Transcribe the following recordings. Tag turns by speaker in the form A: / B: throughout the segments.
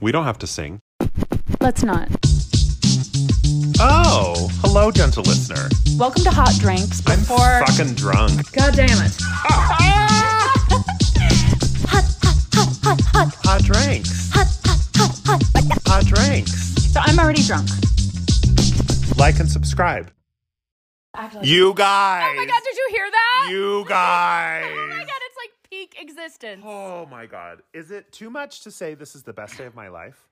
A: We don't have to sing.
B: Let's not.
A: Oh, hello, gentle listener.
B: Welcome to Hot Drinks.
A: I'm
B: Before
A: fucking drunk.
C: God damn it.
A: Hot drinks. Hot drinks.
B: so I'm already drunk.
A: Like and subscribe. You guys.
B: Oh my god, did you hear that?
A: You guys.
B: Oh my god, it's like peak existence.
A: Oh my god. Is it too much to say this is the best day of my life?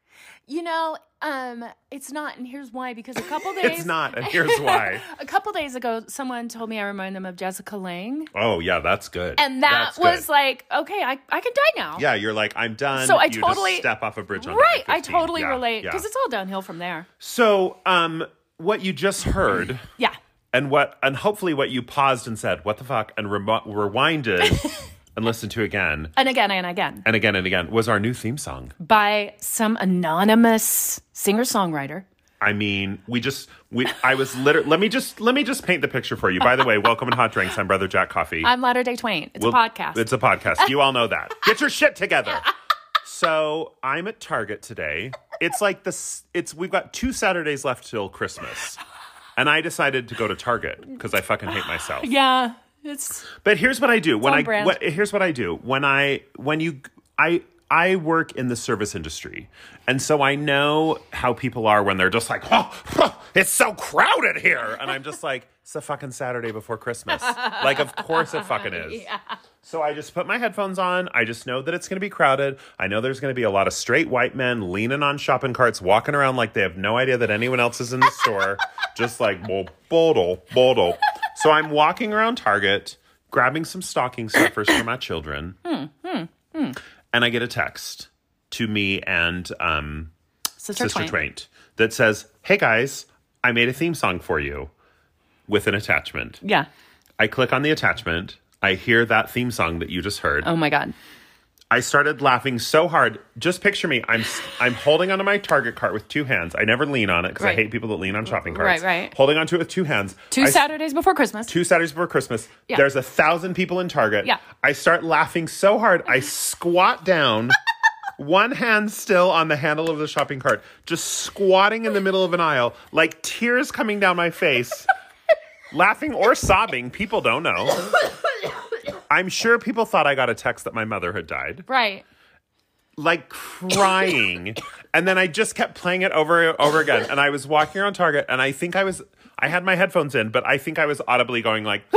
B: You know, um, it's not, and here's why. Because a couple days
A: It's not, and here's why.
B: a couple days ago, someone told me I remind them of Jessica Lange.
A: Oh yeah, that's good.
B: And that
A: That's good.
B: was like, okay, I, I could die now.
A: Yeah, you're like, I'm done.
B: So I
A: You just
B: totally-
A: step off a bridge on
B: Right, I
A: I-15.
B: totally
A: Yeah,
B: relate
A: yeah.
B: because it's all downhill from there.
A: So, um, what you just heard,
B: Yeah,
A: and what, and hopefully, what you paused and said, "What the fuck," and remo rewinded and listened to again
B: and again and again
A: and again and again, was our new theme song.
B: by some anonymous singer songwriter.
A: I mean, we just, we, I was literally. let me just, let me just paint the picture for you. By the way, welcome to Hot Drinks. I'm Brother Jack Coffee.
B: I'm Latter Day Twain. It's
A: We'll-
B: a podcast.
A: It's a podcast. You all know that. Get your shit together. So I'm at Target today. It's like this. It's we've got two Saturdays left till Christmas, and I decided to go to Target because I fucking hate myself.
B: yeah, it's
A: But here's what I do when
B: on
A: I
B: brand.
A: what, here's what I do when I when you I I work in the service industry, and so I know how people are when they're just like, oh, it's so crowded here, and I'm just like, it's a fucking Saturday before Christmas. like, of course it fucking is. So I just put my headphones on. I just know that it's going to be crowded. I know there's going to be a lot of straight white men leaning on shopping carts, walking around like they have no idea that anyone else is in the store, just like bo- bottle, bottle. So I'm walking around Target, grabbing some stocking stuffers for my children, and I get a text to me and um,
B: Sister,
A: Sister
B: Twain.
A: Twain that says, "Hey guys, I made a theme song for you," with an attachment.
B: Yeah.
A: I click on the attachment. I hear that theme song that you just heard.
B: Oh my god.
A: I started laughing so hard. Just picture me. I'm I'm holding onto my Target cart with two hands. I never lean on it because
B: Right.
A: I hate people that lean on shopping carts.
B: Right, right.
A: Holding onto it with two hands.
B: Two
A: I s-
B: Saturdays before Christmas.
A: Two Saturdays before Christmas.
B: Yeah.
A: There's a thousand people in Target.
B: Yeah.
A: I start laughing so hard. I squat down, one hand still on the handle of the shopping cart, just squatting in the middle of an aisle, like tears coming down my face, laughing or sobbing. People don't know. I'm sure people thought I got a text that my mother had died
B: Right.
A: like crying. and then I just kept playing it over and over again. And I was walking around Target and I think I was I had my headphones in, but I think I was audibly going like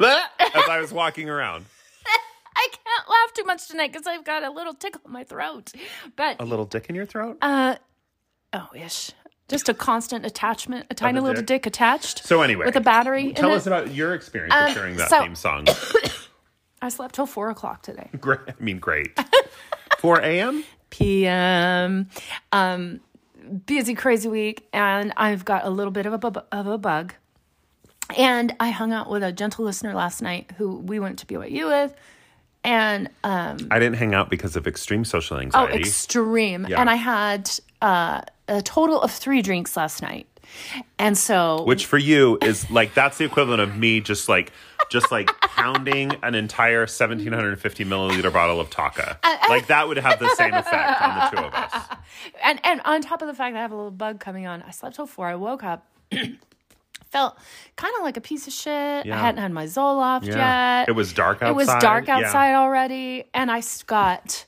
A: as I was walking around.
B: I can't laugh too much tonight because I've got a little tickle in my throat. But
A: A little dick in your throat?
B: Um, oh ish. Just a constant attachment, a tiny
A: Of the
B: little dick.
A: dick.
B: attached.
A: So anyway,
B: with a battery.
A: Tell
B: in
A: us
B: it.
A: about your experience
B: Um,
A: of hearing that
B: so-
A: theme song.
B: I slept till four o'clock today.
A: Great. I mean, great. 4 a.m.
B: p.m. Um, busy, crazy week, and I've got a little bit of a bu- of a bug. And I hung out with a gentle listener last night who we went to BYU with, and um,
A: I didn't hang out because of extreme social
B: oh,
A: anxiety.
B: extreme.
A: Yeah.
B: And I had uh, a total of three drinks last night, and so
A: which for you is like that's the equivalent of me just like just like pounding an entire 1750 milliliter bottle of taka like that would have the same effect on the two of us
B: and and on top of the fact that I have a little bug coming on, I slept till four. I woke up. Felt kind of like a piece of shit. I
A: Yeah.
B: hadn't had my Zoloft
A: Yeah.
B: yet.
A: It was dark
B: It was
A: outside.
B: dark
A: Yeah.
B: outside already, and I s- got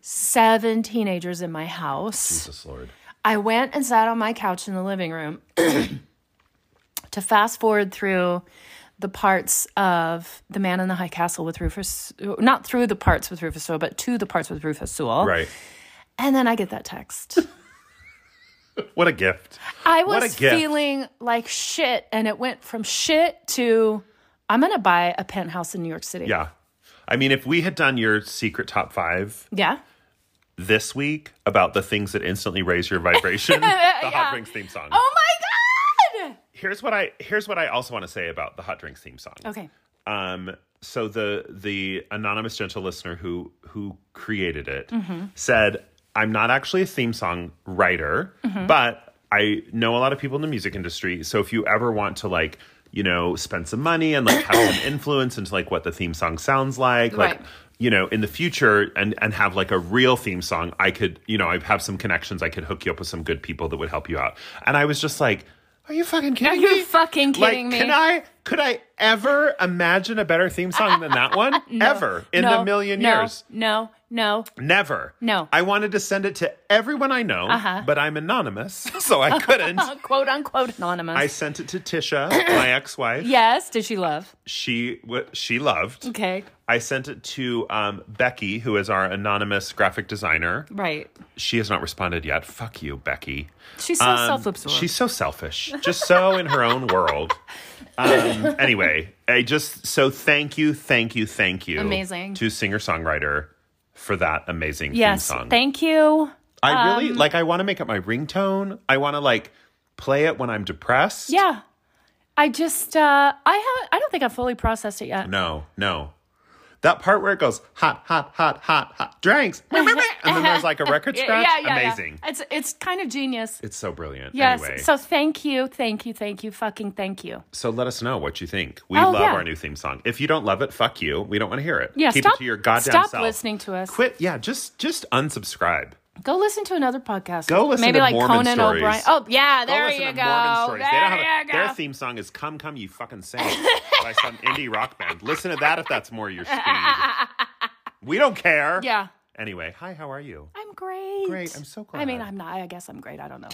B: seven teenagers in my house.
A: jesus lord
B: I went and sat on my couch in the living room to fast forward through the parts of the Man in the High Castle with Rufus, not through the parts with Rufus Sewell, but to the parts with Rufus Sewell.
A: right
B: And then I get that text.
A: what a gift
B: I
A: What a
B: was
A: gift.
B: feeling like shit, and it went from shit to I'm gonna buy a penthouse in New York City.
A: yeah i mean if we had done your secret top five
B: Yeah.
A: this week about the things that instantly raise your vibration the hot drinks theme song
B: Oh my god.
A: here's what i here's what i also want to say about the hot drinks theme song
B: Okay.
A: um so the the anonymous gentle listener who who created it
B: Mm-hmm.
A: said i'm not actually a theme song
B: Mm-hmm.
A: writer but i know a lot of people in the music industry so if you ever want to like you know, spend some money and like have some influence into like what the theme song sounds like. Like,
B: Right.
A: you know, in the future and and have like a real theme song, I could, you know, I have some connections. I could hook you up with some good people that would help you out. And I was just like, are you fucking kidding me?
B: you fucking
A: Like,
B: kidding me?
A: Can I could I ever imagine a better theme song than that one? ever in
B: no,
A: a million
B: no,
A: years.
B: No, no.
A: Never.
B: No. Uh-huh.
A: I wanted to send it to everyone I know, but I'm anonymous, so I couldn't.
B: Uh, quote unquote anonymous.
A: I sent it to Tisha, my ex-wife.
B: yes. Did she love?
A: She w- she loved.
B: Okay.
A: I sent it to um, Becky, who is our anonymous graphic designer.
B: Right.
A: She has not responded yet. Fuck you, Becky.
B: She's so
A: Um,
B: self-absorbed.
A: She's so selfish, just so in her own world. Um, anyway, I just so thank you, thank you, thank you,
B: Amazing.
A: to singer songwriter for that amazing
B: yes.
A: theme song.
B: Thank um, you.
A: I really like. I want to make it my ringtone. I want to like play it when I'm depressed.
B: Yeah. I just uh I haven't I don't think I've fully processed it yet.
A: No, no. That part where it goes hot, hot, hot, hot, hot drinks, and then there's like a record
B: Yeah,
A: scratch.
B: yeah, yeah, yeah.
A: Amazing.
B: It's it's kind of genius.
A: It's so brilliant.
B: Yes.
A: Anyway, so,
B: So thank you, thank you, thank you, fucking thank you.
A: let us know what you think. We
B: Oh,
A: love
B: yeah.
A: our new theme song. If you don't love it, fuck you. We don't want to hear it.
B: Yeah,
A: Keep
B: stop-
A: it to your goddamn
B: stop
A: self.
B: listening to us.
A: Quit. Yeah, just just unsubscribe.
B: Go listen to another podcast.
A: Go listen
B: Maybe
A: to
B: like
A: Mormon
B: Conan
A: stories.
B: O'Brien. Oh yeah, there
A: go listen
B: you
A: to
B: go.
A: Mormon stories. They don't
B: There
A: have a-
B: you go.
A: Their theme song is "Come, Come, You Fucking Saints" by some indie rock band. Listen to that if that's more your speed. We don't care.
B: Yeah.
A: Anyway, hi. How are you?
B: I'm great.
A: Great, I'm so
B: I mean,
A: glad.
B: I'm not. I guess I'm great. I don't know.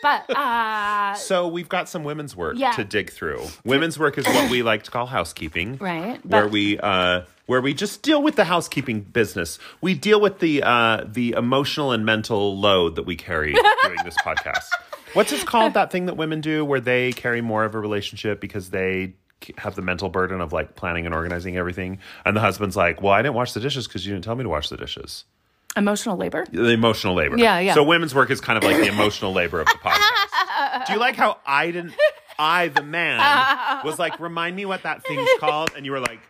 B: But uh
A: So we've got some women's work
B: Yeah.
A: to dig through. Women's work is what we like to call housekeeping,
B: Right,
A: Where
B: but-
A: we uh, where we just deal with the housekeeping business. We deal with the uh, the emotional and mental load that we carry doing this podcast. What's it called? That thing that women do, where they carry more of a relationship because they c- have the mental burden of like planning and organizing everything, and the husband's like, "Well, I didn't wash the dishes because you didn't tell me to wash the dishes."
B: emotional labor.
A: The emotional labor.
B: Yeah, yeah.
A: So women's work is kind of like the emotional labor of the podcast. Do you like how I didn't? I, the man, was like, remind me what that thing's called, and you were like,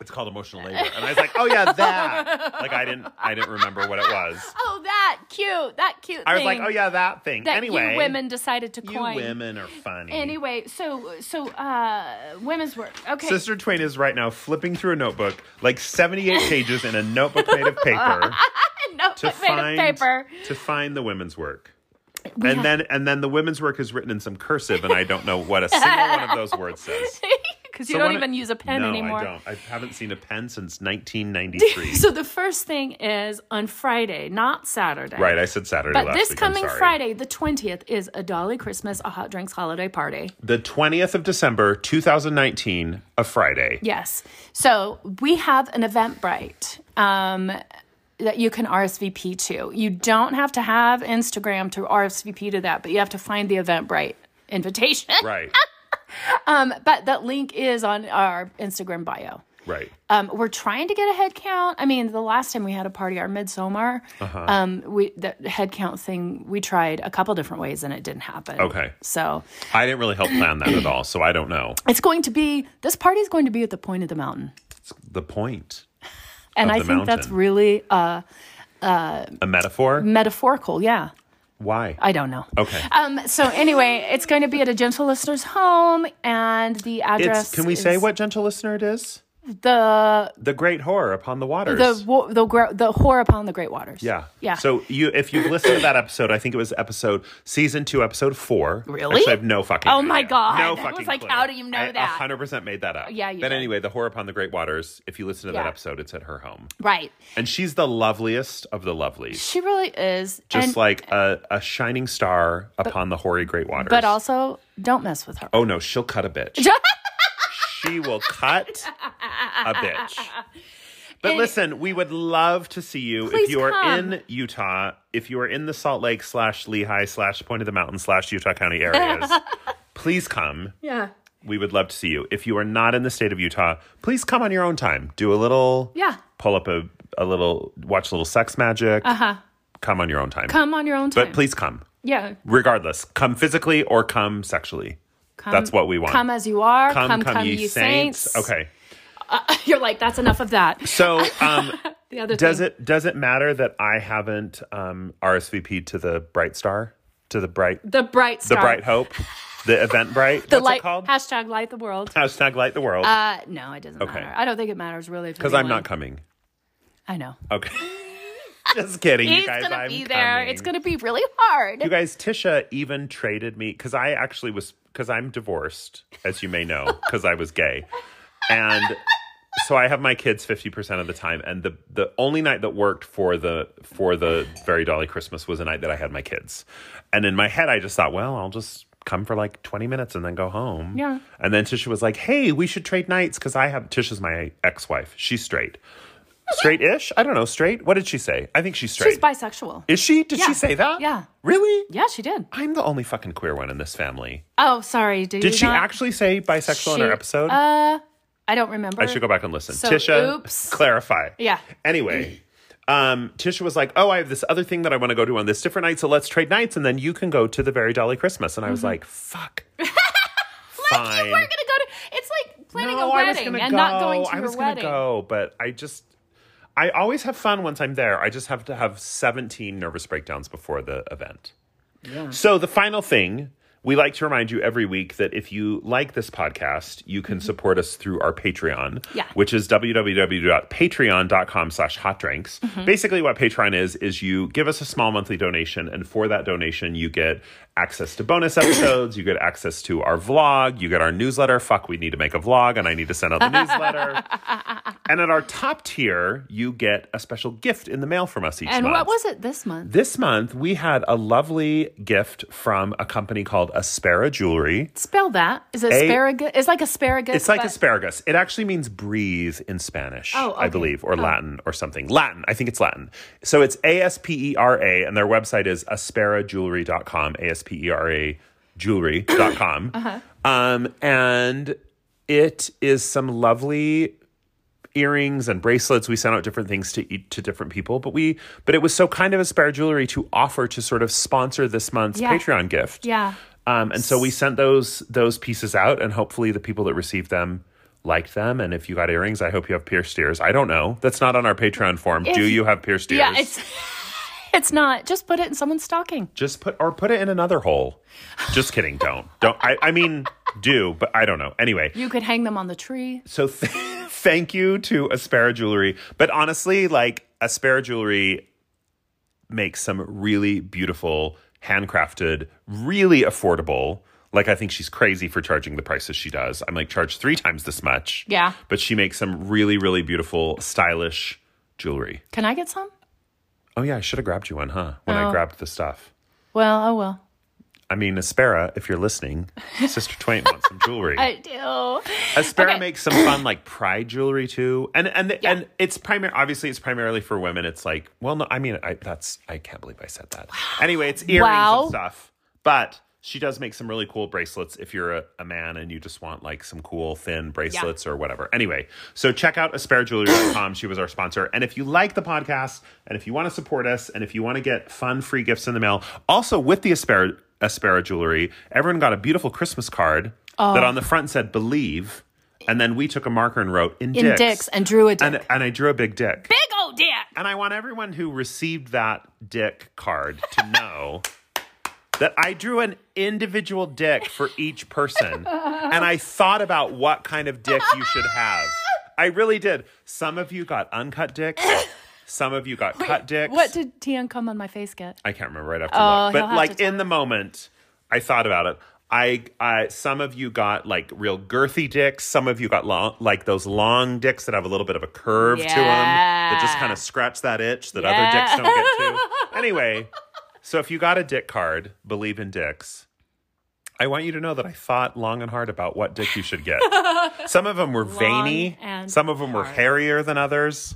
A: it's called emotional labor, and I was like, oh yeah, that. Like I didn't, I didn't remember what it was.
B: Oh, that cute. That cute.
A: I was
B: thing
A: like, oh yeah, that thing.
B: That
A: anyway,
B: you women decided to
A: you
B: coin.
A: women are funny.
B: Anyway, so so uh women's work. Okay.
A: Sister Twain is right now flipping through a notebook, like seventy-eight pages in a notebook made of paper.
B: no,
A: to
B: but made
A: find
B: of paper.
A: to find the women's work. and then and then the women's work is written in some cursive, and I don't know what a single one of those words says.
B: Because you
A: So
B: don't
A: one-
B: even use a pen
A: no,
B: anymore.
A: I don't. I haven't seen a pen since 1993.
B: So the first thing is on Friday, not Saturday.
A: right, I said Saturday
B: But
A: last
B: this
A: week. I'm
B: coming
A: sorry.
B: Friday, the twentieth, is a Dolly Christmas, a hot drinks holiday party.
A: the 20th of December, 2019, a Friday.
B: Yes. So we have an Eventbrite um, that you can RSVP to. You don't have to have Instagram to RSVP to that, but you have to find the Eventbrite invitation.
A: Right,
B: Um, but that link is on our Instagram bio.
A: right.
B: Um, we're trying to get a head count. I mean, the last time we had a party, our midsummer,
A: Uh-huh.
B: um, we the head count thing we tried a couple different ways and it didn't happen.
A: Okay.
B: so
A: I didn't really help plan that at all, so I don't know.
B: it's going to be this party is going to be at the point of the mountain,
A: It's the point,
B: and
A: Of
B: I
A: the
B: think that's
A: mountain.
B: really uh,
A: a metaphor.
B: metaphorical. Yeah,
A: Why?
B: Mm. I don't know.
A: Okay.
B: Um, so anyway, it's going to be at a gentle listener's home, and the address.
A: It's, can we
B: is
A: say what gentle listener it is?
B: the
A: The great horror upon the waters.
B: the wo- the gro- the whore upon the great waters?
A: Yeah.
B: yeah.
A: So you if you've listened to that episode, I think it was episode season two, episode four.
B: Really?
A: Actually, I have no fucking
B: Oh my
A: idea.
B: God.
A: No
B: I
A: fucking
B: was like,
A: clue.
B: how do you know
A: I
B: that?
A: hundred percent made that up.
B: Yeah, you
A: But
B: did.
A: anyway, the horror upon the Great Waters, if you listen to that
B: Yeah.
A: episode, it's at her home.
B: right.
A: And she's the loveliest of the lovelies.
B: She really is.
A: Just
B: and,
A: like a, a shining star upon the hoary great waters.
B: but also don't mess with her.
A: Oh no, she'll cut a bitch. she will cut a bitch. But listen, we would love to see you if
B: Please
A: you are
B: come.
A: in Utah, if you are in the Salt Lake slash Lehigh slash Point of the Mountain slash Utah County areas. please come.
B: Yeah.
A: We would love to see you. If you are not in the state of Utah, please come on your own time. Do a little,
B: Yeah.
A: Pull up a, a little, watch a little sex magic. Uh huh. Come on your own time.
B: Uh-huh. Come on your own time.
A: But please come,
B: yeah.
A: regardless. Come physically or come sexually.
B: Come,
A: That's what we want.
B: Come as you are. Come, come,
A: ye
B: you saints.
A: Okay.
B: You're like, that's enough of that.
A: So, um,
B: The other
A: Does
B: thing.
A: it does it matter that I haven't um, RSVP'd to the Bright Star to the bright,
B: The bright
A: the
B: star.
A: bright hope, the event bright.
B: The
A: What's
B: light,
A: it called?
B: Hashtag light the world.
A: Hashtag light the world.
B: Uh, no, it doesn't matter. I don't think it matters really.
A: Because
B: Because
A: I'm not coming.
B: I know.
A: Okay. Just kidding, you
B: It's
A: guys.
B: gonna
A: I'm
B: be there.
A: coming.
B: It's gonna be really hard.
A: You guys, Tisha even traded me because I actually was because I'm divorced, as you may know, because I was gay, and so I have my kids fifty percent of the time. And the the only night that worked for the for the very dolly Christmas was a night that I had my kids. And in my head, I just thought, well, I'll just come for like twenty minutes and then go home.
B: Yeah.
A: And then Tisha was like, hey, we should trade nights because I have Tisha's my ex wife. She's straight. Straight ish? I don't know. Straight? What did she say? I think she's straight.
B: She's bisexual.
A: Is she? Did
B: Yeah.
A: she say that?
B: Yeah.
A: Really?
B: yeah, she did.
A: I'm the only fucking queer one in this family.
B: Oh, sorry. Did,
A: Did
B: you
A: she
B: not-
A: actually say bisexual in
B: She-
A: her episode?
B: Uh, I don't remember.
A: I should go back and listen.
B: so,
A: Tisha,
B: oops.
A: clarify.
B: Yeah.
A: Anyway, um, Tisha was like, "Oh, I have this other thing that I want to go to on this different night, so let's trade nights, and then you can go to the very Dolly Christmas." And I was like, "Fuck." Fine.
B: Mm-hmm. We're gonna go to. It's like planning
A: no,
B: a
A: I was
B: wedding
A: gonna
B: and
A: go.
B: not going to
A: I was
B: your
A: gonna
B: wedding.
A: go, but I just. I always have fun once I'm there. I just have to have 17 nervous breakdowns before the event. So, the final thing we like to remind you every week that if you like this podcast, you can support us through our Patreon,
B: Mm-hmm. Yeah.
A: which is www.patreon.com slash hot drinks.
B: Mm-hmm.
A: Basically, what Patreon is, is you give us a small monthly donation, and for that donation, you get access to bonus episodes, you get access to our vlog, you get our newsletter. Fuck, we need to make a vlog, and I need to send out the newsletter. And at our top tier, you get a special gift in the mail from us each
B: And
A: month.
B: what was it this month?
A: This month, we had a lovely gift from a company called Aspera Jewelry.
B: Spell that. Is it asparagus? It's like asparagus.
A: It's like
B: but-
A: asparagus. It actually means breathe in Spanish,
B: Oh, okay.
A: I believe, or Latin or something. Latin. I think it's Latin. So it's A S P E R A, and their website is asperajewelry.com, A S P E R A jewelry.com. uh-huh. um, and it is some lovely earrings and bracelets. We sent out different things to eat to different people, but we but it was so kind of Aspera Jewelry to offer to sort of sponsor this month's
B: Yeah.
A: Patreon gift.
B: Yeah.
A: Um, and so we sent those those pieces out, and hopefully the people that received them liked them. And if you got earrings, I hope you have pierced ears. I don't know. That's not on our Patreon form. Do you have pierced ears?
B: Yeah. It's. It's not. Just put it in someone's stocking.
A: just put or put it in another hole. Just kidding. Don't don't. I, I mean do, but I don't know. Anyway,
B: You could hang them on the tree.
A: so th- thank you to Aspera Jewelry. But honestly, like Aspera Jewelry makes some really beautiful, handcrafted, really affordable. Like I think she's crazy for charging the prices she does. I'm like charge three times this much.
B: Yeah.
A: But she makes some really, really beautiful, stylish jewelry.
B: Can I get some?
A: Oh yeah, I should have grabbed you one, huh? When
B: Oh.
A: I grabbed the stuff.
B: Well, oh well.
A: I mean, Aspera, if you're listening, Sister Twain wants some jewelry.
B: I do.
A: Aspera
B: Okay.
A: makes some fun like pride jewelry too, and and the,
B: Yeah.
A: and it's primary. Obviously, it's primarily for women. It's like, well, no, I mean, I, that's I can't believe I said that. Anyway, it's earrings
B: Wow.
A: and stuff, but she does make some really cool bracelets if you're a, a man and you just want like some cool thin bracelets or whatever. Anyway, so check out asparajewelry.com. she was our sponsor, and if you like the podcast, and if you want to support us, and if you want to get fun free gifts in the mail, also with the Aspera Aspera Jewelry, everyone got a beautiful Christmas card
B: Oh.
A: that on the front said "Believe." And then we took a marker and wrote in,
B: in dicks, and drew a dick.
A: and, and I drew a big dick.
B: Big old dick.
A: And I want everyone who received that dick card to know that I drew an individual dick for each person. and I thought about what kind of dick you should have. I really did. Some of you got uncut dicks. Some of you got cut dicks.
B: What did Tian come on my face get?
A: I can't remember right after
B: Oh,
A: look,
B: he'll
A: but
B: have
A: like
B: to
A: in the moment, I thought about it. I, I some of you got like real girthy dicks. Some of you got long, like those long dicks that have a little bit of a curve to them that just
B: Yeah.
A: kind of scratch that itch that
B: Yeah.
A: other dicks don't get to. Anyway, so if you got a dick card, believe in dicks. I want you to know that I thought long and hard about what dick you should get. some of them were veiny,
B: and
A: some of them were
B: hard.
A: hairier than others,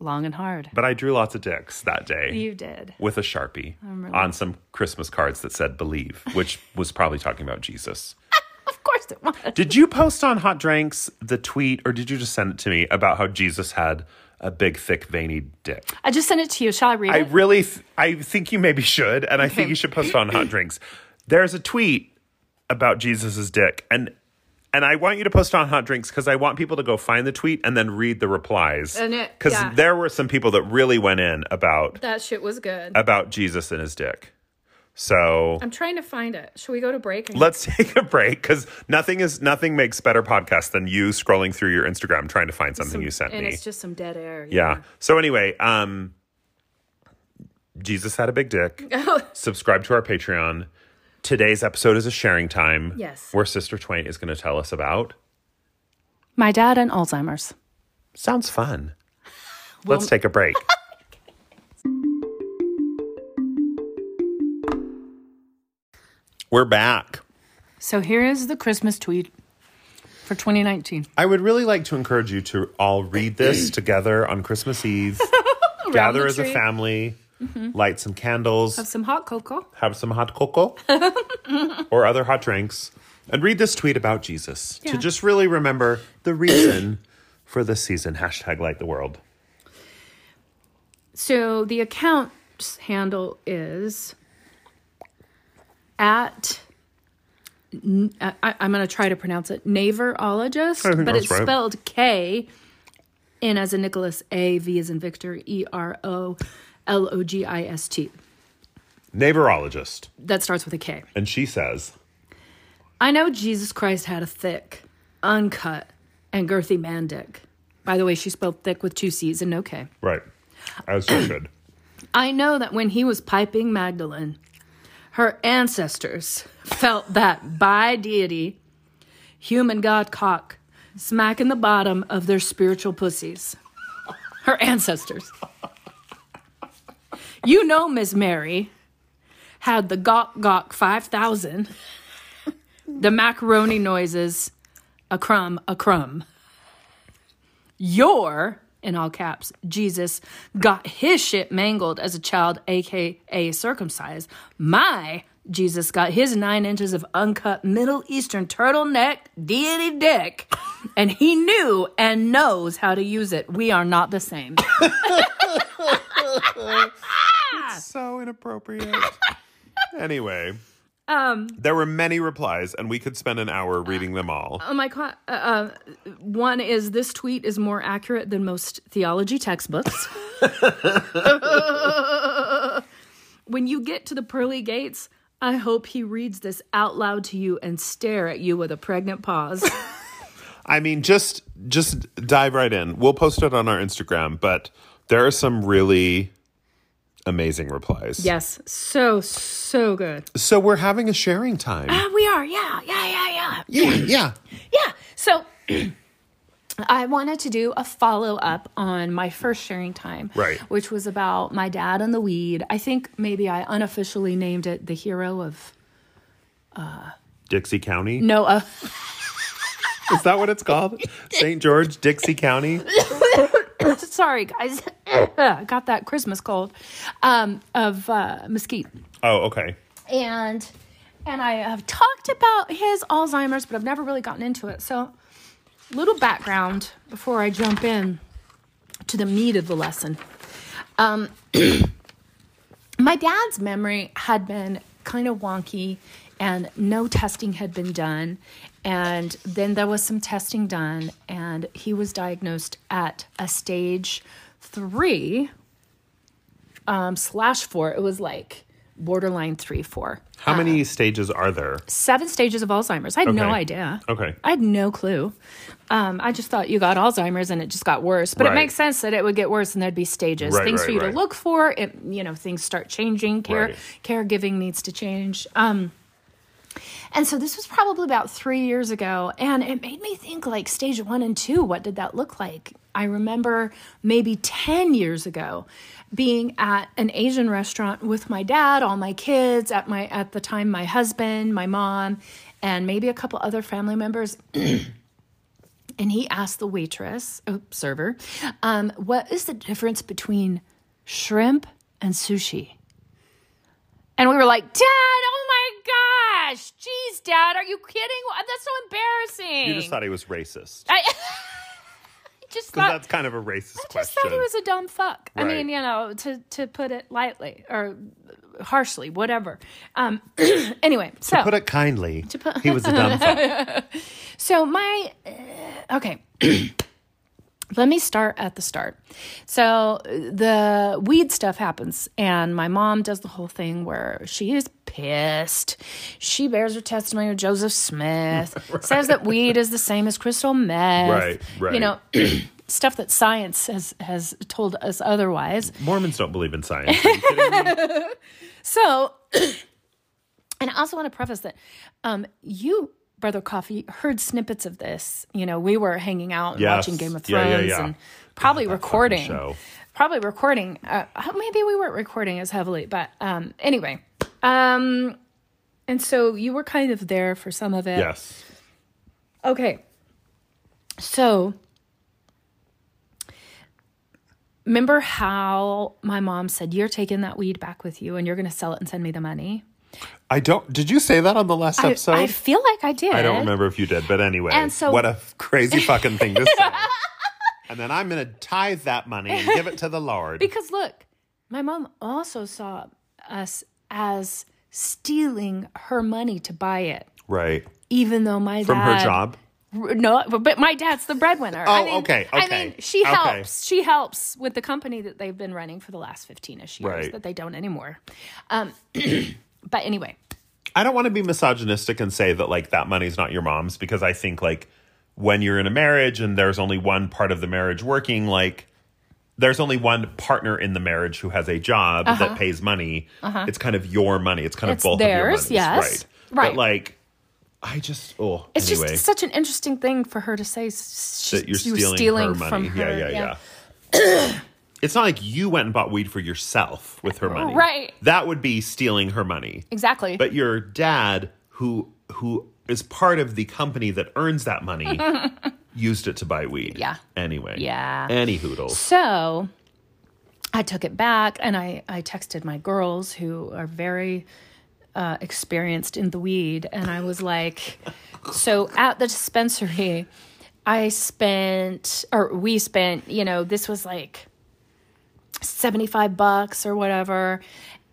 B: Long and hard.
A: but I drew lots of dicks that day
B: You did.
A: with a sharpie on some Christmas cards that said "Believe," which was probably talking about Jesus.
B: Of course it was.
A: Did you post on Hot Drinks the tweet, or did you just send it to me about how Jesus had a big, thick, veiny dick?
B: I just sent it to you. Shall I read
A: I
B: it?
A: really, th- I think you maybe should, and I think
B: Okay.
A: you should post on Hot Drinks. There's a tweet about Jesus's dick, and and I want you to post on Hot Drinks because I want people to go find the tweet and then read the replies.
B: And it-
A: because
B: yeah.
A: there were some people that really went in about
B: That shit was good.
A: about Jesus and his dick. So
B: I'm trying to find it. Should we go to break? And-
A: let's take a break because nothing is nothing makes better podcast than you scrolling through your Instagram trying to find something you sent
B: and
A: me.
B: it's just some dead air.
A: yeah. So anyway, um, Jesus had a big dick.
B: Oh.
A: Subscribe to our Patreon. Today's episode is a sharing time.
B: Yes.
A: Where Sister Twain is going to tell us about.
B: My dad and Alzheimer's.
A: Sounds fun. Let's take a break. We're back.
B: So here is the Christmas tweet for 2019.
A: I would really like to encourage you to all read this together on Christmas Eve. Gather
B: the
A: as a
B: tree. Mm-hmm.
A: family, light some candles,
B: Some hot cocoa.
A: have some hot cocoa or other hot drinks, and read this tweet about Jesus
B: Yeah.
A: to just really remember the reason for this season. Hashtag light the world.
B: So the account's handle is at. n- uh, I, am going to try to pronounce it
A: I
B: Naverologist,
A: think
B: but
A: that's
B: it's
A: right.
B: spelled K, N as in Nicholas, A V as in Victor, E R O L O G I S T.
A: Neighborologist.
B: That starts with a K.
A: And she says,
B: I know Jesus Christ had a thick, uncut, and girthy man dick. By the way, she spelled thick with two C's and no K.
A: right, as you should.
B: I know that when he was piping Magdalene, her ancestors felt that by deity, human god cock smacking the bottom of their spiritual pussies. Her ancestors. You know, Miss Mary had the gawk gawk 5000, the macaroni noises, a crumb, a crumb your in all caps jesus got his shit mangled as a child aka circumcised my jesus got his nine inches of uncut middle eastern turtleneck deity dick and he knew and knows how to use it we are not the same
A: so inappropriate. anyway,
B: Um.
A: there were many replies, and we could spend an
B: Uh.
A: hour reading them all.
B: oh my god uh, uh, one is this tweet is more accurate than most theology textbooks when you get to the pearly gates i hope he reads this out loud to you and stare at you with a pregnant pause
A: I mean, just just dive right in. We'll post it on our Instagram, but there are some really amazing replies.
B: yes so so good
A: So we're having a sharing time.
B: Ah, we are yeah yeah yeah yeah
A: yeah, yeah.
B: Yeah. So I wanted to do a follow up on my first sharing time,
A: Right.
B: Which was about my dad and the weed. I think maybe I unofficially named it the hero of
A: Dixie County.
B: Noah.
A: Is that what it's called? St. George, Dixie County.
B: Sorry, guys, got that Christmas cold um, of uh, mesquite.
A: Oh, okay.
B: and and I have talked about his Alzheimer's, but I've never really gotten into it. So, little background before I jump in to the meat of the lesson. Um, my dad's memory had been kind of wonky, and no testing had been done. And then there was some testing done, and he was diagnosed at a stage three um, slash four. It was like borderline three, four
A: How many
B: Ah.
A: stages are there?
B: seven stages of Alzheimer's. I had no
A: Okay.
B: idea.
A: Okay.
B: I had no clue. Um, I just thought you got Alzheimer's and it just got worse. But
A: Right.
B: it makes sense that it would get worse and there'd be stages,
A: Right,
B: things
A: right,
B: for you
A: right.
B: to look for. It, you know, things start changing. Care
A: Right.
B: caregiving needs to change. Um, and so this was probably about three years ago, and it made me think like stage one and two. What did that look like? I remember maybe ten years ago being at an Asian restaurant with my dad, all my kids, at my at the time my husband, my mom, and maybe a couple other family members. and he asked the waitress, oh, server, um, what is the difference between shrimp and sushi? And we were like, Dad, oh my gosh. Jeez, Dad, are you kidding? Wha- That's so embarrassing.
A: You just thought he was racist.
B: I
A: Because
B: just thought,
A: that's kind of a racist
B: just
A: question.
B: thought he was a dumb fuck. I
A: Right.
B: mean, you know, to, to put it lightly or harshly, whatever. Um, anyway, so.
A: Put it kindly. he was a dumb fuck.
B: So my uh, okay. let me start at the start. So uh, the weed stuff happens, and my mom does the whole thing where she is pissed. She bears her testimony to Joseph Smith, says that weed is the same as crystal meth.
A: Right, right.
B: You know, stuff that science has has told us otherwise.
A: Mormons don't believe in science. Are you kidding me?
B: So, and I also want to preface that um, you, Brother Coffee, heard snippets of this. You know, we were hanging out and
A: Yes.
B: watching Game of
A: Yeah, yeah,
B: Thrones
A: yeah.
B: and probably recording.
A: show.
B: Probably recording. Uh, maybe we weren't recording as heavily, but um, anyway. Um, and so you were kind of there for some of it.
A: yes.
B: Okay. So, remember how my mom said, You're taking that weed back with you and you're going to sell it and send me the money?
A: I don't. Did you say that on the last
B: I-
A: episode?
B: I, feel like I did.
A: I don't remember if you did, but anyway,
B: And so-
A: what a crazy fucking thing to say. and then I'm going to tithe that money and give it to the Lord.
B: Because look, my mom also saw us as stealing her money to buy it,
A: right.
B: even though my
A: From
B: dad
A: her job.
B: No, but my dad's the breadwinner.
A: Oh,
B: I mean,
A: okay,
B: I
A: okay,
B: mean, she
A: okay.
B: helps. She helps with the company that they've been running for the last fifteen-ish years
A: Right.
B: that they don't anymore. Um, but anyway,
A: I don't want to be misogynistic and say that like that money's not your mom's because I think like when you're in a marriage and there's only one part of the marriage working, like there's only one partner in the marriage who has a job that pays money. It's kind of your money. It's kind
B: Uh-huh. It's
A: of both
B: theirs,
A: of your monies.
B: yes.
A: Right.
B: Right.
A: But like I just oh
B: it's
A: anyway.
B: just such an interesting thing for her to say. s-
A: that you're
B: she was
A: stealing, her money.
B: from her.
A: yeah, yeah, yeah. it's not like you went and bought weed for yourself with her money.
B: Right.
A: That would be stealing her money.
B: Exactly.
A: But your dad, who who is part of the company that earns that money, used it to buy weed.
B: Yeah.
A: Anyway.
B: Yeah.
A: Any hoodles.
B: So I took it back and I, I texted my girls who are very uh, experienced in the weed. And I was like, so at the dispensary, I spent, or we spent, you know, this was like 75 bucks or whatever.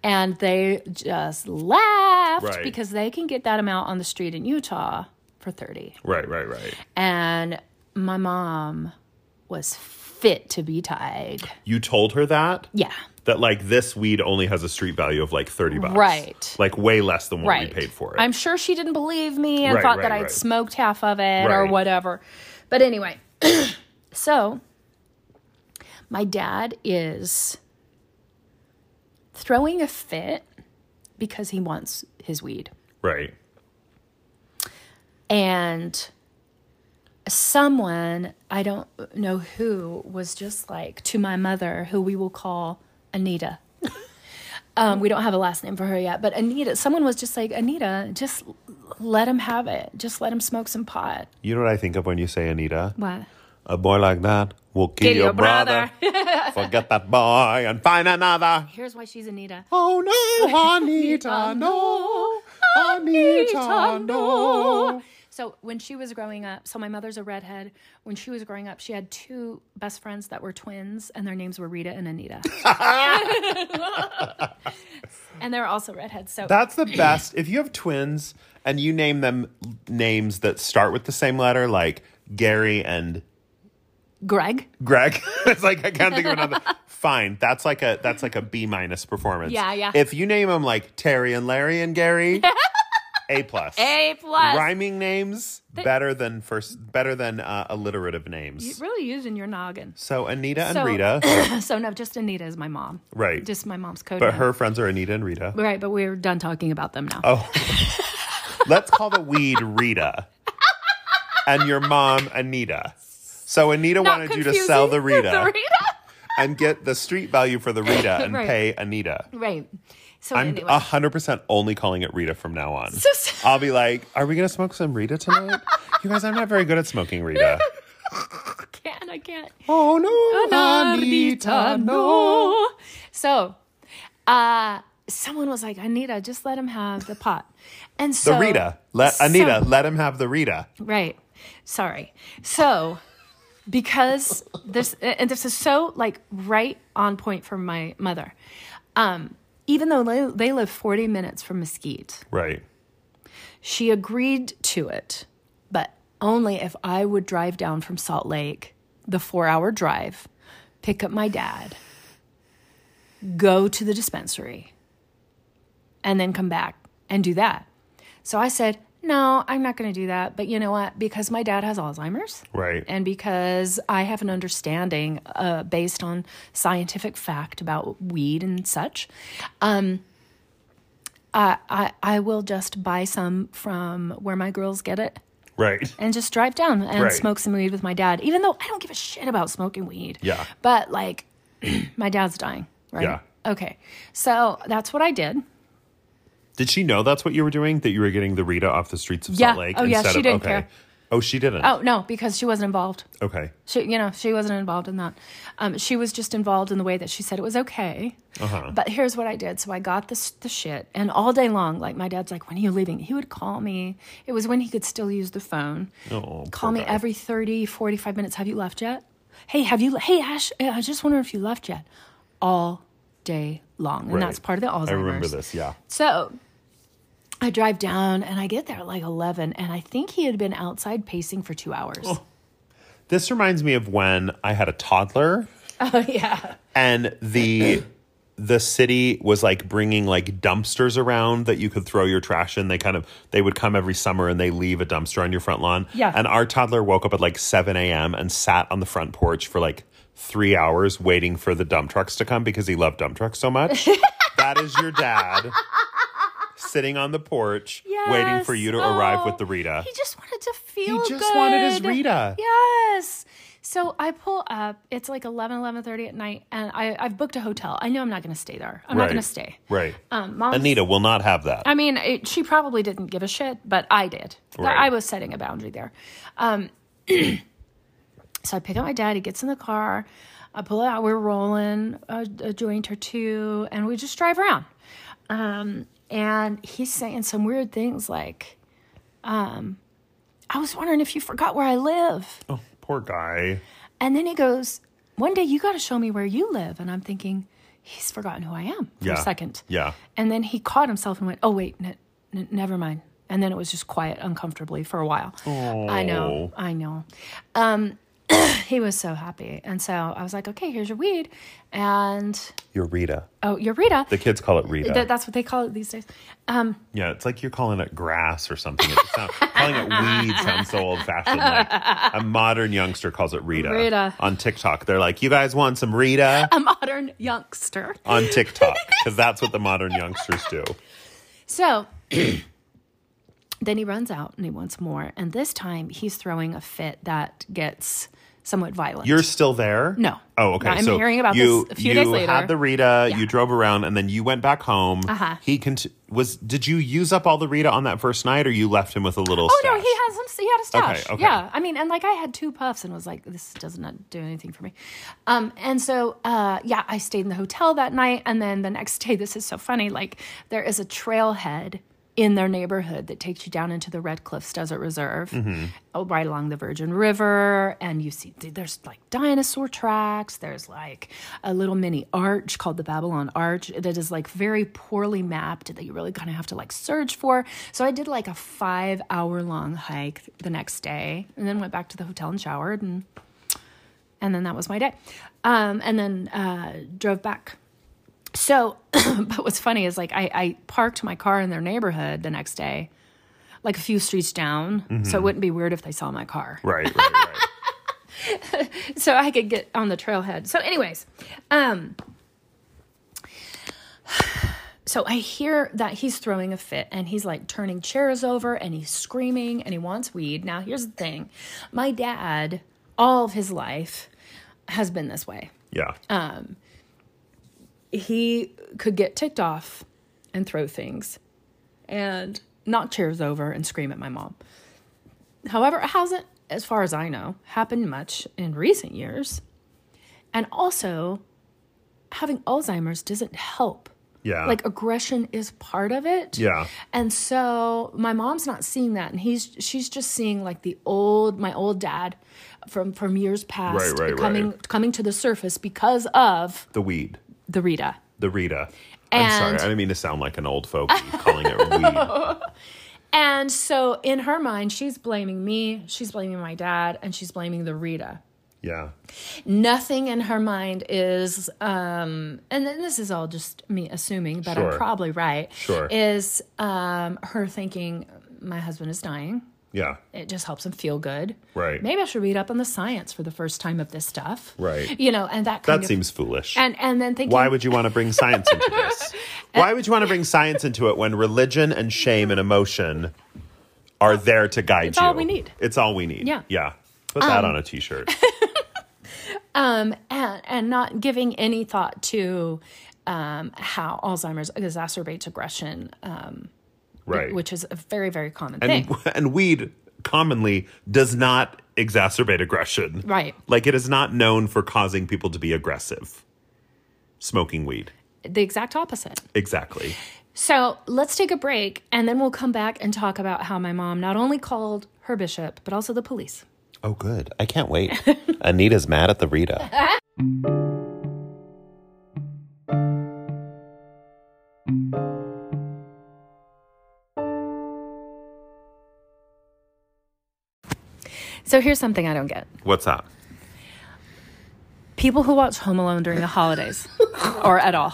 B: And they just laughed
A: Right.
B: because they can get that amount on the street in Utah for 30
A: Right, right, right.
B: and my mom was fit to be tied.
A: You told her that?
B: Yeah.
A: That like this weed only has a street value of like thirty bucks.
B: Right.
A: Like way less than what
B: Right.
A: we paid for it.
B: I'm sure she didn't believe me and
A: Right,
B: thought that
A: right,
B: I'd
A: right.
B: smoked half of it or
A: Right.
B: whatever. But anyway, so my dad is throwing a fit because he wants his weed.
A: right.
B: and someone i don't know who was just like to my mother who we will call anita um, we don't have a last name for her yet but anita someone was just like anita just let him have it just let him smoke some pot
A: You know what I think of when you say Anita?
B: what
A: A boy like that will kill,
B: Kill
A: your,
B: your
A: brother. Forget that boy and find another.
B: here's why she's anita
A: Oh no, Anita, no. Anita, no.
B: So when she was growing up, so my mother's a redhead. When she was growing up, she had two best friends that were twins, and their names were Rita and Anita. and they were also redheads. So
A: That's the best. If you have twins and you name them names that start with the same letter, like Gary and
B: Greg.
A: Greg. it's like I can't think of another. Fine, that's like a that's like a B minus performance.
B: Yeah, yeah.
A: If you name them like Terry and Larry and Gary, A plus.
B: A plus.
A: Rhyming names better than first better than uh, alliterative names.
B: Really using your noggin.
A: So Anita and
B: So-
A: Rita,
B: so no, just Anita is my mom.
A: right?
B: Just my mom's code.
A: but
B: name.
A: her friends are Anita and Rita.
B: Right, but we're done talking about them now.
A: Oh, let's call the weed Rita, and your mom Anita. So Anita
B: Not
A: wanted you to
B: confusing
A: sell the Rita,
B: The Rita.
A: and get the street value for the Rita and
B: Right.
A: pay Anita.
B: Right. So
A: I'm
B: anyway.
A: hundred percent only calling it Rita from now on.
B: So-
A: I'll be like, "Are we gonna smoke some Rita tonight?" you guys, I'm not very good at smoking Rita.
B: I can't. I can't.
A: oh no,
B: Anita,
A: Anita, no.
B: So, uh, someone was like, Anita, just let him have the pot. And so
A: The Rita, let Anita,
B: so-
A: let him have the Rita.
B: right. Sorry. So, because this and this is so like right on point for my mother. Um, even though they- they live 40 minutes from Mesquite,
A: Right,
B: she agreed to it, but only if I would drive down from Salt Lake the four hour drive, pick up my dad, go to the dispensary, and then come back and do that. So I said, no, I'm not going to do that. But you know what? Because my dad has Alzheimer's.
A: Right.
B: And because I have an understanding uh, based on scientific fact about weed and such, um, I, I, I will just buy some from where my girls get it
A: right.
B: and just drive down and
A: Right.
B: smoke some weed with my dad, even though I don't give a shit about smoking weed.
A: Yeah.
B: But like, my dad's dying, right?
A: Yeah.
B: Okay. So that's what I did.
A: Did she know that's what you were doing? That you were getting the Rita off the streets of
B: Yeah.
A: Salt Lake?
B: Oh, yeah, she didn't
A: okay.
B: care.
A: Oh, she didn't.
B: Oh, no, because she wasn't involved.
A: Okay.
B: She, you know, she wasn't involved in that. Um, she was just involved in the way that she said it was okay.
A: Uh-huh.
B: But here's what I did. So I got this the shit, and all day long, like my dad's like, "When are you leaving?" He would call me. It was when he could still use the phone.
A: Oh,
B: call me every 30, 45 minutes. Have you left yet? Hey, have you? Hey, Ash, uh, I was just wondering if you left yet. All day long, and that's part of the Alzheimer's.
A: I remember this. Yeah.
B: So I drive down, and I get there at like eleven, and I think he had been outside pacing for two hours.
A: Oh. This reminds me of when I had a toddler
B: oh yeah.
A: and the the city was like bringing like dumpsters around that you could throw your trash in they kind of they would come every summer and they leave a dumpster on your front lawn
B: Yeah.
A: and our toddler woke up at like 7 a.m and sat on the front porch for like three hours waiting for the dump trucks to come because he loved dump trucks so much that is your dad sitting on the porch waiting for
B: Yes.
A: you to arrive
B: Oh,
A: with the rita
B: He just wanted to feel
A: just wanted his
B: good.
A: Rita.
B: Yes. So I pull up. It's like 11, 11.30 at night, and I, I've booked a hotel. I know I'm not going to stay there. I'm not going to stay.
A: right
B: Um, Mom,
A: anita will not have that
B: I mean, it, she probably didn't give a shit, but I did.
A: Right.
B: I was setting a boundary there. Um, so I pick up my dad. He gets in the car. I pull it out. We're rolling a, a joint or two, and we just drive around. Um, and he's saying some weird things like, um, "I was wondering if you forgot where I live."
A: oh poor guy
B: And then he goes, One day you got to show me where you live. And I'm thinking, He's forgotten who I am for
A: Yeah.
B: a second.
A: Yeah.
B: And then he caught himself and went, Oh, wait, n- n- never mind. And then it was just quiet uncomfortably for a while. I know. I know. Um, he was so happy. And so I was like, Okay, here's your weed. And
A: your rita
B: oh, your Rita.
A: the kids call it rita
B: Th- that's what they call it these days.
A: Yeah, it's like you're calling it grass or something. It sound, calling it weed sounds so old fashioned. Like a modern youngster calls it Rita.
B: Rita.
A: On TikTok, they're like, you guys want some Rita
B: A modern youngster.
A: on TikTok? Because that's what the modern youngsters do.
B: So then he runs out and he wants more. And this time he's throwing a fit that gets somewhat violent.
A: You're still there?
B: No.
A: Oh, okay.
B: No, I'm
A: so
B: hearing about
A: you,
B: this a few
A: you
B: days later.
A: had the Rita, you drove around, and then you went back home.
B: Uh-huh.
A: He cont- was. Did you use up all the Rita on that first night, or you left him with a little?
B: oh, no,
A: stash?
B: he has some, he had a stash.
A: Okay, okay.
B: Yeah. I mean, and like I had two puffs and was like, this does not do anything for me. Um, and so, uh, yeah, I stayed in the hotel that night. And then the next day, this is so funny. Like there is a trailhead in their neighborhood that takes you down into the Red Cliffs Desert Reserve,
A: Mm-hmm.
B: oh, right along the Virgin River. And you see, there's like dinosaur tracks. There's like a little mini arch called the Babylon Arch that is like very poorly mapped that you really kind of have to like search for. So I did like a five hour long hike the next day and then went back to the hotel and showered and and then that was my day. Um, and then uh, drove back. So, but what's funny is like I, I parked my car in their neighborhood the next day, like a few streets down. So it wouldn't be weird if they saw my car.
A: Right, right, right.
B: So I could get on the trailhead. So, anyways, um, so I hear that he's throwing a fit and he's like turning chairs over and he's screaming and he wants weed. Now, here's the thing my dad, all of his life, has been this way.
A: yeah.
B: Uh, he could get ticked off and throw things and knock chairs over and scream at my mom. However, it hasn't, as far as I know, happened much in recent years. And also, having Alzheimer's doesn't help.
A: yeah.
B: Like aggression is part of it.
A: Yeah.
B: And so my mom's not seeing that, and he's she's just seeing like the old my old dad from from years past
A: Right, right,
B: coming coming to the surface because of
A: the weed.
B: the Rita.
A: The Rita. I'm
B: And-
A: sorry, I didn't mean to sound like an old fogey calling it weed.
B: And so in her mind, she's blaming me, she's blaming my dad, and she's blaming the Rita.
A: Yeah.
B: nothing in her mind is um and then this is all just me assuming but
A: Sure.
B: i'm probably right
A: Sure.
B: is um her thinking my husband is dying
A: Yeah.
B: it just helps him feel good
A: Right.
B: maybe i should read up on the science for the first time of this stuff
A: Right.
B: you know and that kind
A: That
B: of
A: seems foolish.
B: and and then thinking
A: Why would you want to bring science into this? Why would you want to bring science into it when religion and shame and emotion are there to guide
B: It's
A: you?
B: all we need.
A: It's all we need.
B: Yeah. Um,
A: Yeah. Put that on a t shirt.
B: and, and not giving any thought to um, how Alzheimer's exacerbates aggression, uh,
A: Right.
B: which is a very, very common
A: and,
B: thing.
A: and weed commonly does not exacerbate aggression.
B: Right.
A: Like it is not known for causing people to be aggressive. Smoking weed.
B: The exact opposite.
A: Exactly.
B: So let's take a break and then we'll come back and talk about how my mom not only called her bishop, but also the police.
A: Oh, good. I can't wait. Anita's mad at the Rita.
B: So here's something I don't get
A: What's up?
B: people who watch Home Alone during the holidays or at all.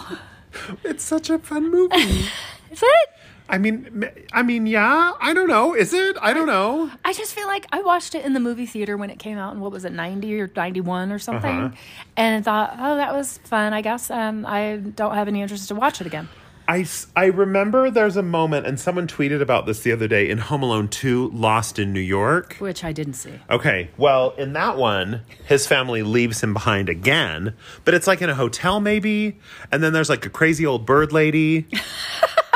A: It's such a fun movie.
B: Is it?
A: I mean, I mean, yeah. I don't know. Is it? I don't know.
B: I just feel like I watched it in the movie theater when it came out in what was it, 90 or 91 or something,
A: Uh-huh.
B: and thought, oh, that was fun. I guess um, I don't have any interest to watch it again.
A: I, s- I remember there's a moment, and someone tweeted about this the other day in Home Alone 2 Lost in New York.
B: Which I didn't see.
A: Okay. Well, in that one, his family leaves him behind again, but it's like in a hotel maybe, and then there's like a crazy old bird lady.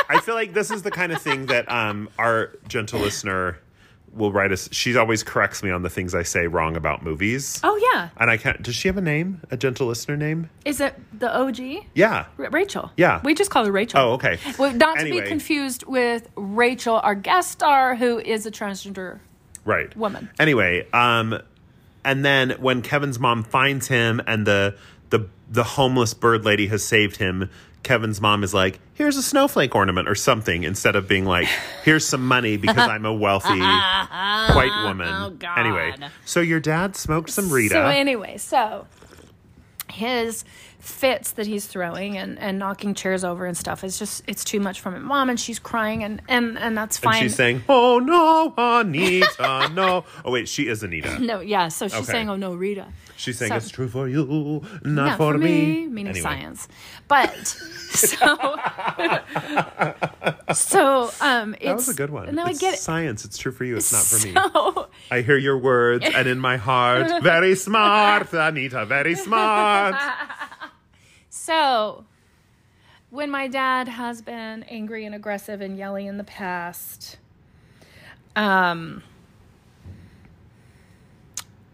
A: I feel like this is the kind of thing that um, our gentle listener will write us. She always corrects me on the things I say wrong about movies.
B: Oh, yeah.
A: And I can't. Does she have a name? A gentle listener name?
B: Is it the OG?
A: Yeah.
B: R- Rachel.
A: Yeah.
B: We just call her Rachel.
A: Oh, okay.
B: Well, not to
A: Anyway.
B: be confused with Rachel, our guest star, who is a transgender.
A: Right.
B: Woman.
A: Anyway, um, and then when Kevin's mom finds him and the the the homeless bird lady has saved him, Kevin's mom is like, "Here's a snowflake ornament or something," instead of being like, "Here's some money because I'm a wealthy white woman."
B: Oh, God.
A: Anyway, so your dad smoked some Rita.
B: So anyway, so his fits that he's throwing and, and knocking chairs over and stuff is just it's too much for my mom and she's crying and and, and that's
A: and
B: fine.
A: she's saying, "Oh no, Anita, no." Oh wait, she is Anita.
B: no, yeah, so she's
A: Okay.
B: saying, "Oh no, Rita."
A: She's saying,
B: So-
A: "It's true for you, not,
B: Not
A: for, me."
B: meaning
A: Anyway.
B: science. But so so um it's
A: That was a good one.
B: No, I
A: It's
B: get it.
A: Science. It's true for you. It's not for me.
B: So
A: I hear your words, and in my heart, very smart, Anita, very smart.
B: So, when my dad has been angry and aggressive and yelling in the past, um,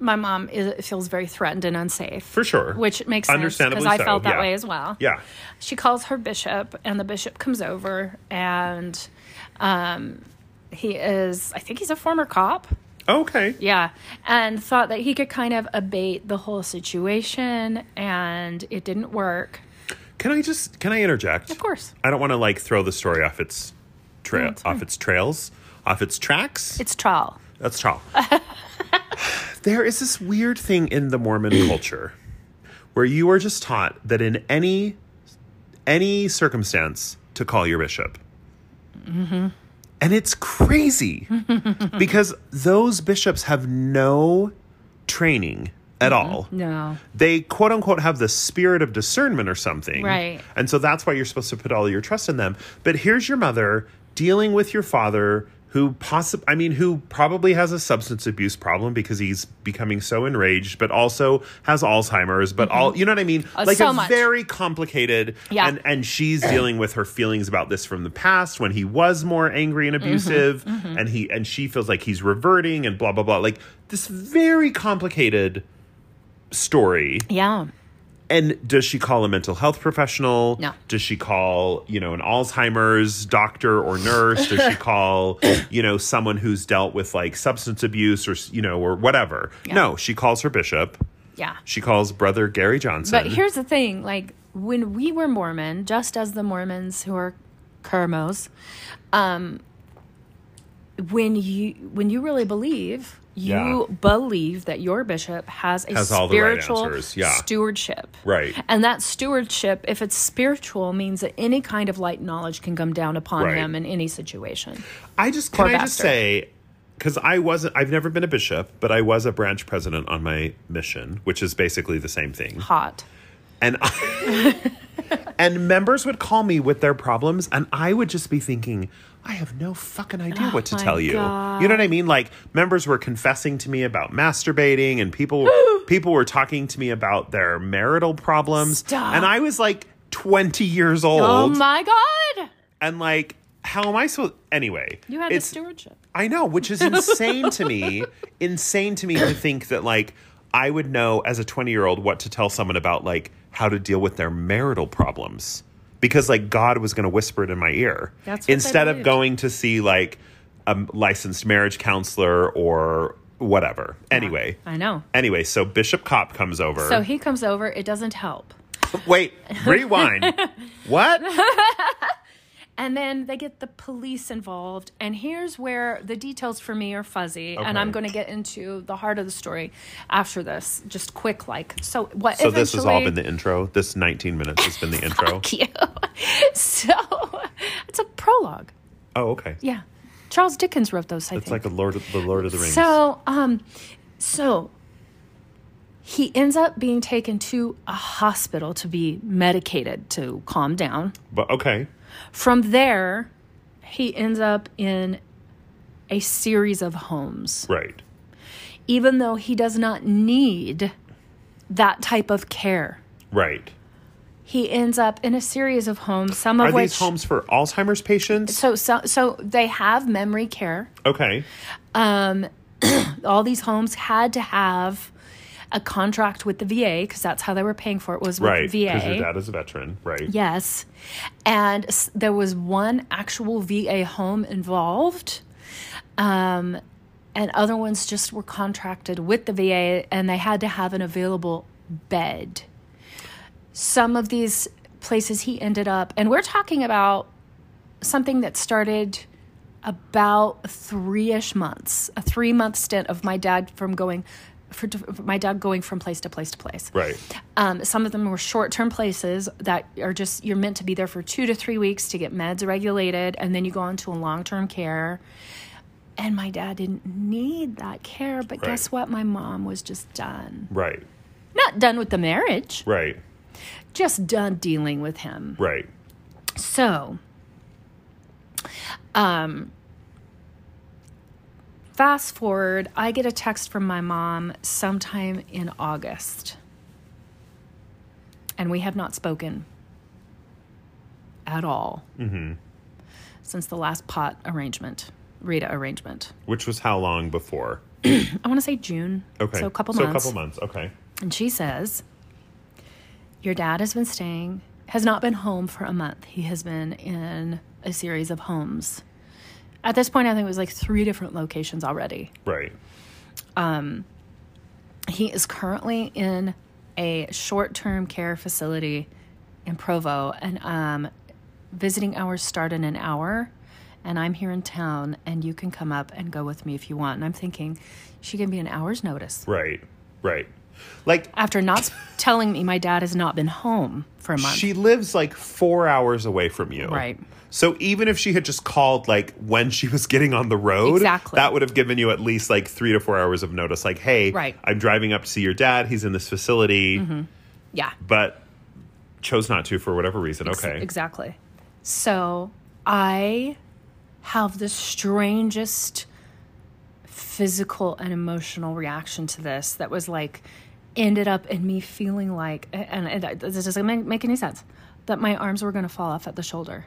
B: my mom is, feels very threatened and unsafe.
A: For sure.
B: Which makes sense because
A: Understandably
B: I
A: so,
B: felt that
A: yeah.
B: way as well.
A: Yeah.
B: She calls her bishop, and the bishop comes over, and um, he is, I think he's a former cop.
A: Okay.
B: Yeah, and thought that he could kind of abate the whole situation, and it didn't work.
A: Can I just can I interject?
B: Of course. Mm-hmm.
A: I don't want to like throw the story off its trail, off its trails, off its tracks.
B: It's trial.
A: That's true. there is this weird thing in the Mormon culture where you are just taught that in any any circumstance to call your bishop. And it's crazy because those bishops have no training at all.
B: No.
A: They quote unquote have the spirit of discernment or something.
B: Right.
A: And so that's why you're supposed to put all your trust in them. But here's your mother dealing with your father who possibly I mean who probably has a substance abuse problem because he's becoming so enraged but also has Alzheimer's but all you know what I mean like
B: Mm-hmm. Uh, so
A: a
B: much.
A: very complicated
B: Yeah.
A: and and she's dealing with her feelings about this from the past when he was more angry and abusive
B: Mm-hmm.
A: and he and she feels like he's reverting and blah blah blah like this very complicated story
B: Yeah.
A: and does she call a mental health professional?
B: No.
A: Does she call, you know, an Alzheimer's doctor or nurse? Does she call, you know, someone who's dealt with like substance abuse or, you know, or whatever? No, she calls her bishop.
B: Yeah.
A: She calls brother Gary Johnson.
B: But here's the thing like, when we were Mormon, just as the Mormons who are Kermos, um, when you when you really believe, you
A: Yeah.
B: believe that your bishop has a
A: Has all the right
B: spiritual
A: answers, yeah.
B: stewardship.
A: Right.
B: And that stewardship, if it's spiritual, means that any kind of light knowledge can come down upon
A: Right.
B: him in any situation.
A: I just can I just
B: bastard.
A: say because I wasn't I've never been a bishop, but I was a branch president on my mission, which is basically the same thing.
B: Hot.
A: And I, and members would call me with their problems, and I would just be thinking, I have no fucking idea what to
B: Oh my
A: tell you.
B: God.
A: You know what I mean? Like members were confessing to me about masturbating, and people people were talking to me about their marital problems,
B: Stop.
A: and I was like twenty years old,
B: Oh my God.
A: and like. How am I supposed? Anyway,
B: You had the
A: it's-
B: stewardship.
A: I know, which is insane to me. Insane to me to think that like I would know as a 20-year-old what to tell someone about like how to deal with their marital problems because like God was going to whisper it in my ear.
B: That's what they
A: Instead of
B: believed.
A: going to see like a licensed marriage counselor or whatever. Anyway.
B: I know.
A: Anyway, so Bishop Cop comes over.
B: So he comes over, it doesn't help.
A: Wait, rewind. what?
B: And then they get the police involved. And here's where the details for me are fuzzy. And I'm
A: Okay.
B: going to get into the heart of the story after this, just quick like. So, what
A: So this has all
B: eventually-
A: been the intro. This 19 minutes has been the intro.
B: Fuck you. so, it's a prologue.
A: Oh, okay.
B: Yeah. Charles Dickens wrote those, I
A: It's
B: think.
A: like a Lord of, the Lord of the Rings.
B: So, um, so he ends up being taken to a hospital to be medicated to calm down.
A: But okay.
B: From there, he ends up in a series of homes,
A: Right.
B: even though he does not need that type of care.
A: Right.
B: He ends up in a series of homes, some of
A: Are
B: which
A: these homes for Alzheimer's patients?
B: so so so they have memory care.
A: Okay.
B: um, all these homes had to have a contract with the VA because that's how they were paying for it was with
A: Right. Because your
B: VA.
A: dad is a veteran. Right.
B: Yes, and s- there was one actual VA home involved, um, and other ones just were contracted with the VA, and they had to have an available bed. Some of these places he ended up, and we're talking about something that started about three-ish months a three-month stint of my dad from going for my dad going from place to place to place
A: Right.
B: um, some of them were short-term places that are just you're meant to be there for two to three weeks to get meds regulated and then you go on to a long-term care and my dad didn't need that care but guess what my mom was just done
A: Right.
B: not done with the marriage
A: Right.
B: just done dealing with him
A: Right.
B: so, um, fast forward, I get a text from my mom sometime in August. And we have not spoken at all
A: Mm-hmm.
B: since the last pot arrangement, Rita arrangement.
A: Which was how long before?
B: I want to say June.
A: Okay.
B: So a couple
A: so
B: months.
A: a couple months. Okay.
B: And she says, Your dad has been staying, has not been home for a month. He has been in a series of homes. At this point, I think it was like three different locations already.
A: Right.
B: He is currently in a short term care facility in Provo, and um, visiting hours start in an hour. And I'm here in town, and you can come up and go with me if you want. And I'm thinking, she gave me an hour's notice
A: Right. Right. Like
B: after not s- telling me my dad has not been home for a month.
A: she lives like four hours away from you.
B: Right.
A: So even if she had just called like when she was getting on the road,
B: Exactly.
A: that would have given you at least like three to four hours of notice. Like, hey,
B: Right. Mm-hmm.
A: I'm driving up to see your dad. He's in this facility,
B: yeah.
A: but chose not to for whatever reason.
B: Ex-
A: Okay.
B: Exactly. So I have the strangest physical and emotional reaction to this that was like ended up in me feeling like and, and uh, I- this doesn't make, make any sense that my arms were going to fall off at the shoulder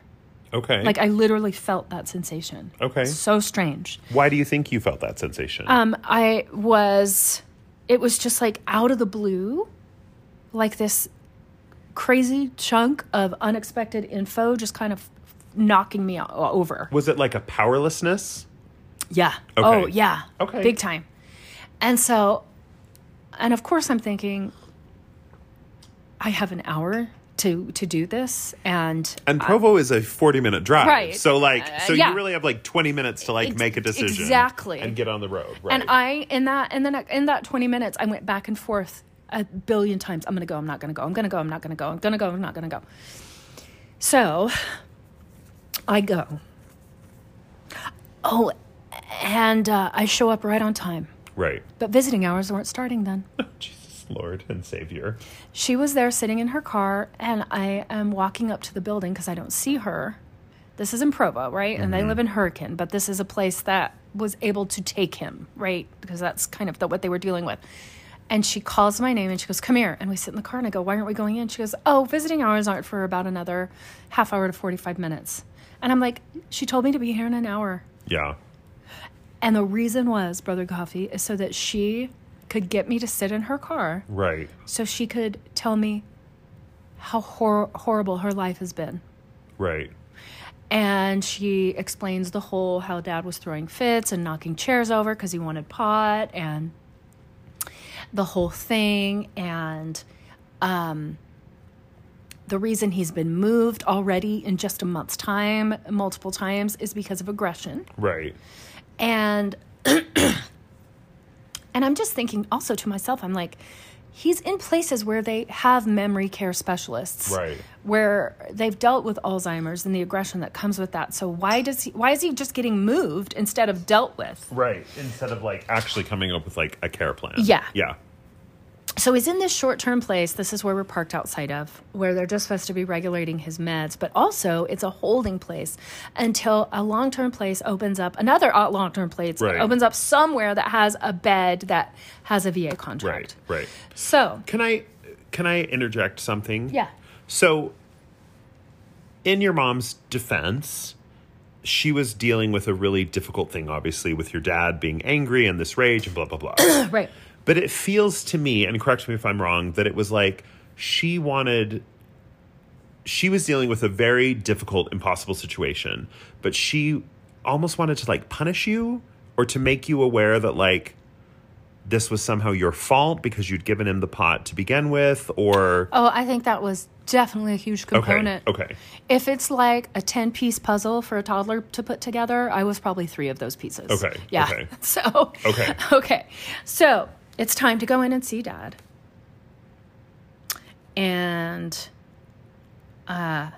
A: Okay.
B: like i literally felt that sensation
A: Okay.
B: so strange
A: Why do you think you felt that sensation?
B: um i was it was just like out of the blue like this crazy chunk of unexpected info just kind of knocking me o- over
A: was it like a powerlessness?
B: yeah
A: Okay.
B: oh yeah
A: Okay.
B: big time and so and of course i'm thinking i have an hour to to do this and
A: And Provo is a 40 minute drive.
B: Right.
A: So, like,
B: Uh,
A: so
B: yeah.
A: you really have like 20 minutes to like
B: Ex-
A: make a decision.
B: exactly.
A: And get on the road. Right.
B: and I in that in the ne- in that 20 minutes I went back and forth a billion times I'm going to go I'm not going to go I'm going to go I'm not going to go I'm going to go I'm not going to go so I go oh and uh, I show up right on time
A: right.
B: but visiting hours weren't starting then
A: Jesus, Lord and Savior.
B: She was there sitting in her car, and I am walking up to the building because I don't see her. This is in Provo, right? And they live in Hurricane, but this is a place that was able to take him, right? Because that's kind of the, what they were dealing with. And she calls my name and she goes, Come here. And we sit in the car and I go, Why aren't we going in? She goes, Oh, visiting hours aren't for about another half hour to 45 minutes. And I'm like, She told me to be here in an hour.
A: Yeah.
B: And the reason was, Brother Coffee, is so that she could get me to sit in her car
A: Right.
B: so she could tell me how hor- horrible her life has been.
A: Right.
B: And she explains the whole how dad was throwing fits and knocking chairs over because he wanted pot and the whole thing. And um, the reason he's been moved already in just a month's time, multiple times, is because of aggression
A: Right.
B: and and i'm just thinking also to myself i'm like he's in places where they have memory care specialists
A: Right.
B: where they've dealt with alzheimer's and the aggression that comes with that so why does he why is he just getting moved instead of dealt with
A: Right. Instead of like actually coming up with like a care plan.
B: Yeah.
A: Yeah.
B: so he's in this short-term place this is where we're parked outside of where they're just supposed to be regulating his meds but also it's a holding place until a long-term place opens up another uh, long-term place
A: Right.
B: opens up somewhere that has a bed that has a va contract
A: Right. Right.
B: So,
A: Can I can I interject something?
B: Yeah.
A: So in your mom's defense, she was dealing with a really difficult thing obviously with your dad being angry and this rage and blah blah blah.
B: right.
A: but it feels to me and correct me if I'm wrong that it was like she wanted she was dealing with a very difficult impossible situation, but she almost wanted to like punish you or to make you aware that like this was somehow your fault because you'd given him the pot to begin with or
B: Oh, I think that was definitely a huge
A: okay
B: component.
A: okay
B: If it's like a 10 piece puzzle for a toddler to put together, I was probably three of those pieces.
A: Okay,
B: Yeah.
A: okay.
B: So,
A: Okay.
B: Okay. So, it's time to go in and see dad. And uh,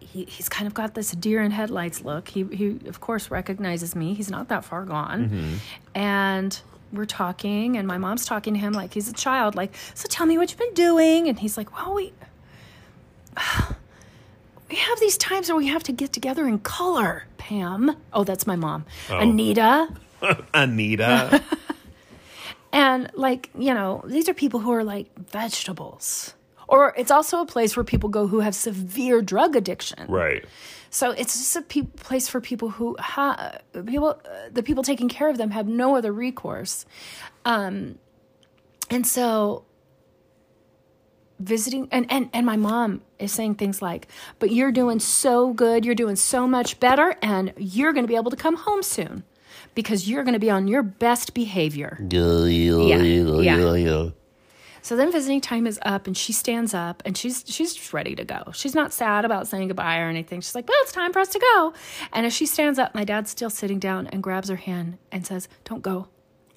B: he, he's kind of got this deer in headlights look. He, he, of course, recognizes me. He's not that far gone. And we're talking, and my mom's talking to him like he's a child, like, so tell me what you've been doing. And he's like, well, we. We have these times where we have to get together in color, Pam. Oh, that's my mom. Anita.
A: anita
B: And like, you know, these are people who are like vegetables. Or it's also a place where people go who have severe drug addiction.
A: right
B: So it's just a pe- place for people who ha- people uh, the people taking care of them have no other recourse. Um and so visiting and, and and my mom is saying things like but you're doing so good you're doing so much better and you're going to be able to come home soon because you're going to be on your best behavior
C: Yeah,
B: yeah.
C: yeah,
B: So then visiting time is up and she stands up and she's she's just ready to go. She's not sad about saying goodbye or anything. She's like, "Well, it's time for us to go." And as she stands up, my dad's still sitting down and grabs her hand and says, "Don't go."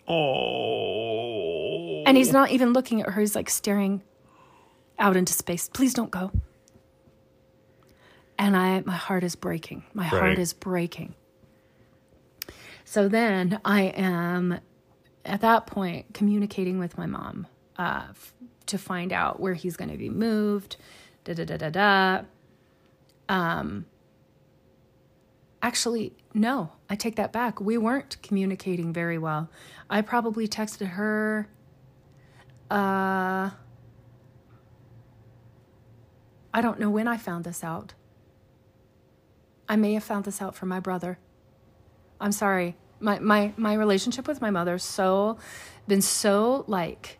A: oh
B: And he's not even looking at her. He's like staring out into space. "Please don't go." And I my heart is breaking. My heart
A: Right.
B: is breaking. So then I am at that point communicating with my mom uh, f- to find out where he's going to be moved. Da da da da da. Um, actually, no, I take that back. We weren't communicating very well. I probably texted her. Uh, I don't know when I found this out. I may have found this out from my brother. I'm sorry. My my my relationship with my mother so been so like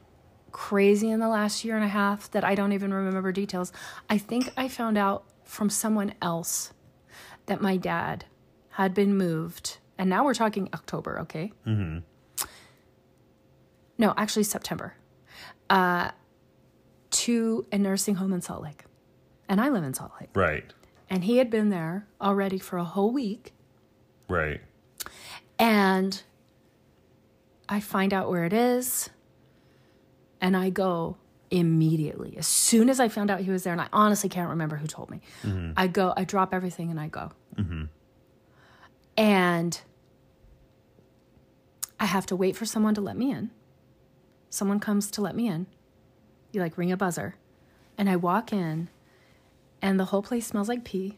B: crazy in the last year and a half that I don't even remember details. I think I found out from someone else that my dad had been moved. And now we're talking October, okay? Mm-hmm. No, actually September. Uh, to a nursing home in Salt Lake. and I live in Salt Lake.
A: Right.
B: And he had been there already for a whole week.
A: Right.
B: And I find out where it is and I go immediately. As soon as I found out he was there, and I honestly can't remember who told me, I go, I drop everything and I go. And I have to wait for someone to let me in. Someone comes to let me in. You like ring a buzzer. And I walk in, and the whole place smells like pee.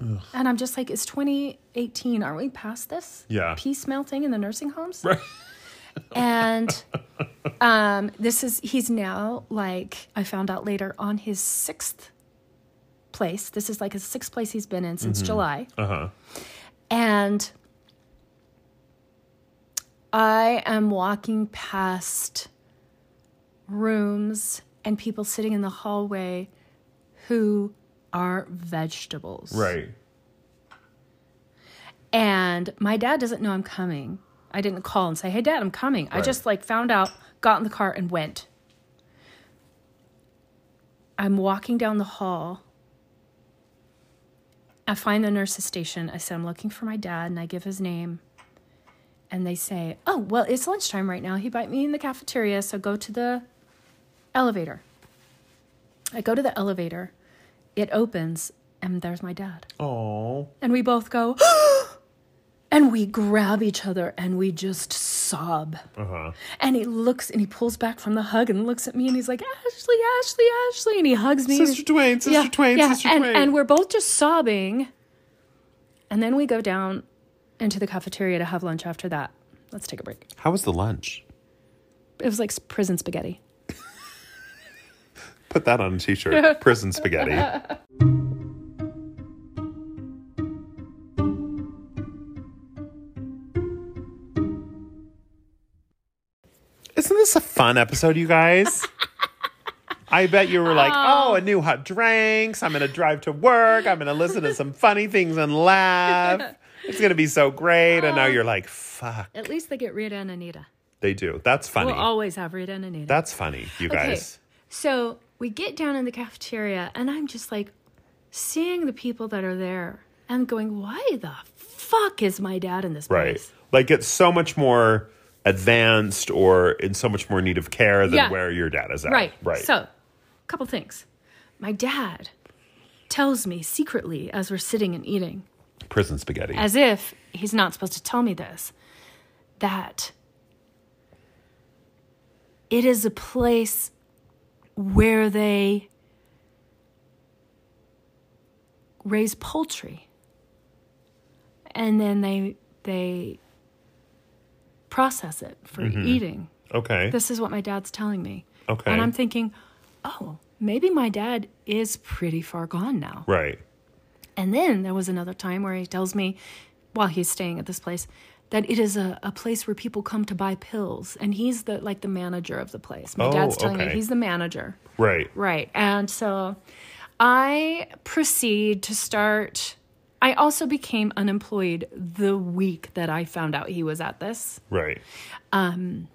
B: And I'm just like, it's 2018. Aren't we past this?
A: Yeah.
B: Pee smell thing in the nursing homes?
A: Right.
B: and um, this is he's now like I found out later on his sixth place. This is like his sixth place he's been in since July,
A: Uh huh.
B: and I am walking past rooms and people sitting in the hallway who are vegetables,
A: Right.
B: And my dad doesn't know I'm coming. I didn't call and say, "Hey, dad, I'm coming." I
A: Right.
B: just like found out, got in the car, and went. I'm walking down the hall. I find the nurse's station. I said, "I'm looking for my dad," and I give his name. And they say, "Oh, well, it's lunchtime right now. He bite me in the cafeteria, so go to the elevator." I go to the elevator. It opens, and there's my dad.
A: Oh.
B: And we both go, and we grab each other and we just sob.
A: Uh huh.
B: And he looks and he pulls back from the hug and looks at me and he's like, Ashley, Ashley, Ashley. And he hugs me.
A: Sister Dwayne, Sister
B: Yeah,
A: Dwayne,
B: yeah.
A: Sister
B: and,
A: Dwayne.
B: And we're both just sobbing. And then we go down into the cafeteria to have lunch after that. Let's take a break.
A: How was the lunch?
B: It was like prison spaghetti.
A: Put that on a t shirt. Prison spaghetti. Isn't this a fun episode, you guys? I bet you were like, oh, a new hot drinks. I'm going to drive to work. I'm going to listen to some funny things and laugh. It's going to be so great. And now you're like, fuck.
B: At least they get Rita and Anita.
A: They do. That's funny.
B: We'll always have Rita and Anita.
A: That's funny, you guys.
B: So we get down in the cafeteria, and I'm just like seeing the people that are there and going, why the fuck is my dad in this
A: Right.
B: place?
A: Like it's so much more advanced or in so much more need of care than
B: Yeah.
A: where your dad is at.
B: Right.
A: Right.
B: So, couple things. My dad tells me secretly as we're sitting and eating,
A: Prison spaghetti.
B: as if he's not supposed to tell me this, that it is a place where they raise poultry and then they they process it for eating.
A: okay.
B: This is what my dad's telling me.
A: Okay.
B: And I'm thinking, "Oh, maybe my dad is pretty far gone now."
A: right.
B: And then there was another time where he tells me, while he's staying at this place, that it is a, a place where people come to buy pills. And he's the like the manager of the place. My
A: Oh,
B: dad's telling me
A: okay.
B: he's the manager.
A: Right.
B: Right. And so I proceed to start I also became unemployed the week that I found out he was at this
A: Right.
B: home.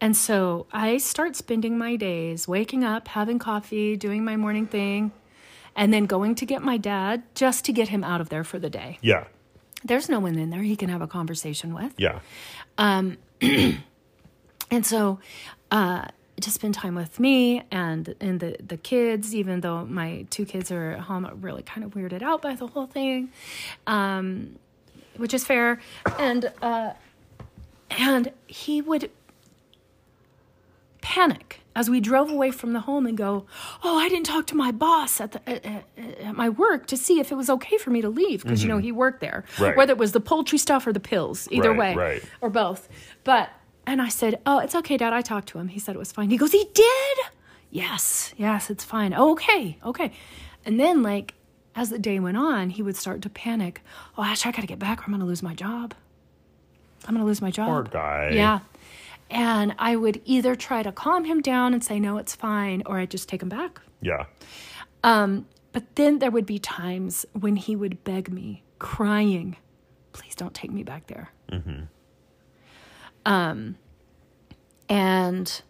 B: And so I start spending my days waking up, having coffee, doing my morning thing, and then going to get my dad just to get him out of there for the day.
A: Yeah.
B: There's no one in there he can have a conversation with.
A: Yeah.
B: And so uh, to spend time with me and, and the, the kids, even though my two kids are at home, I'm really kind of weirded out by the whole thing, um, which is fair. And, uh, and he would panic as we drove away from the home and go, Oh, I didn't talk to my boss at, the, at, at- at my work to see if it was okay for me to leave because, you know, he worked there.
A: Right.
B: Whether it was the poultry stuff or the pills, either
A: Right,
B: way,
A: right.
B: or both. But, and I said, Oh, it's okay, Dad. I talked to him. He said it was fine. He goes, He did? Yes, yes, it's fine. Okay, okay. And then, like, as the day went on, he would start to panic. Oh, Ash, I got to get back or I'm going to lose my job. I'm going to lose my job.
A: Poor guy.
B: Yeah. And I would either try to calm him down and say, no, it's fine, or I'd just take him back.
A: Yeah.
B: But then there would be times when he would beg me, crying, please don't take me back there. Mm-hmm. Um, and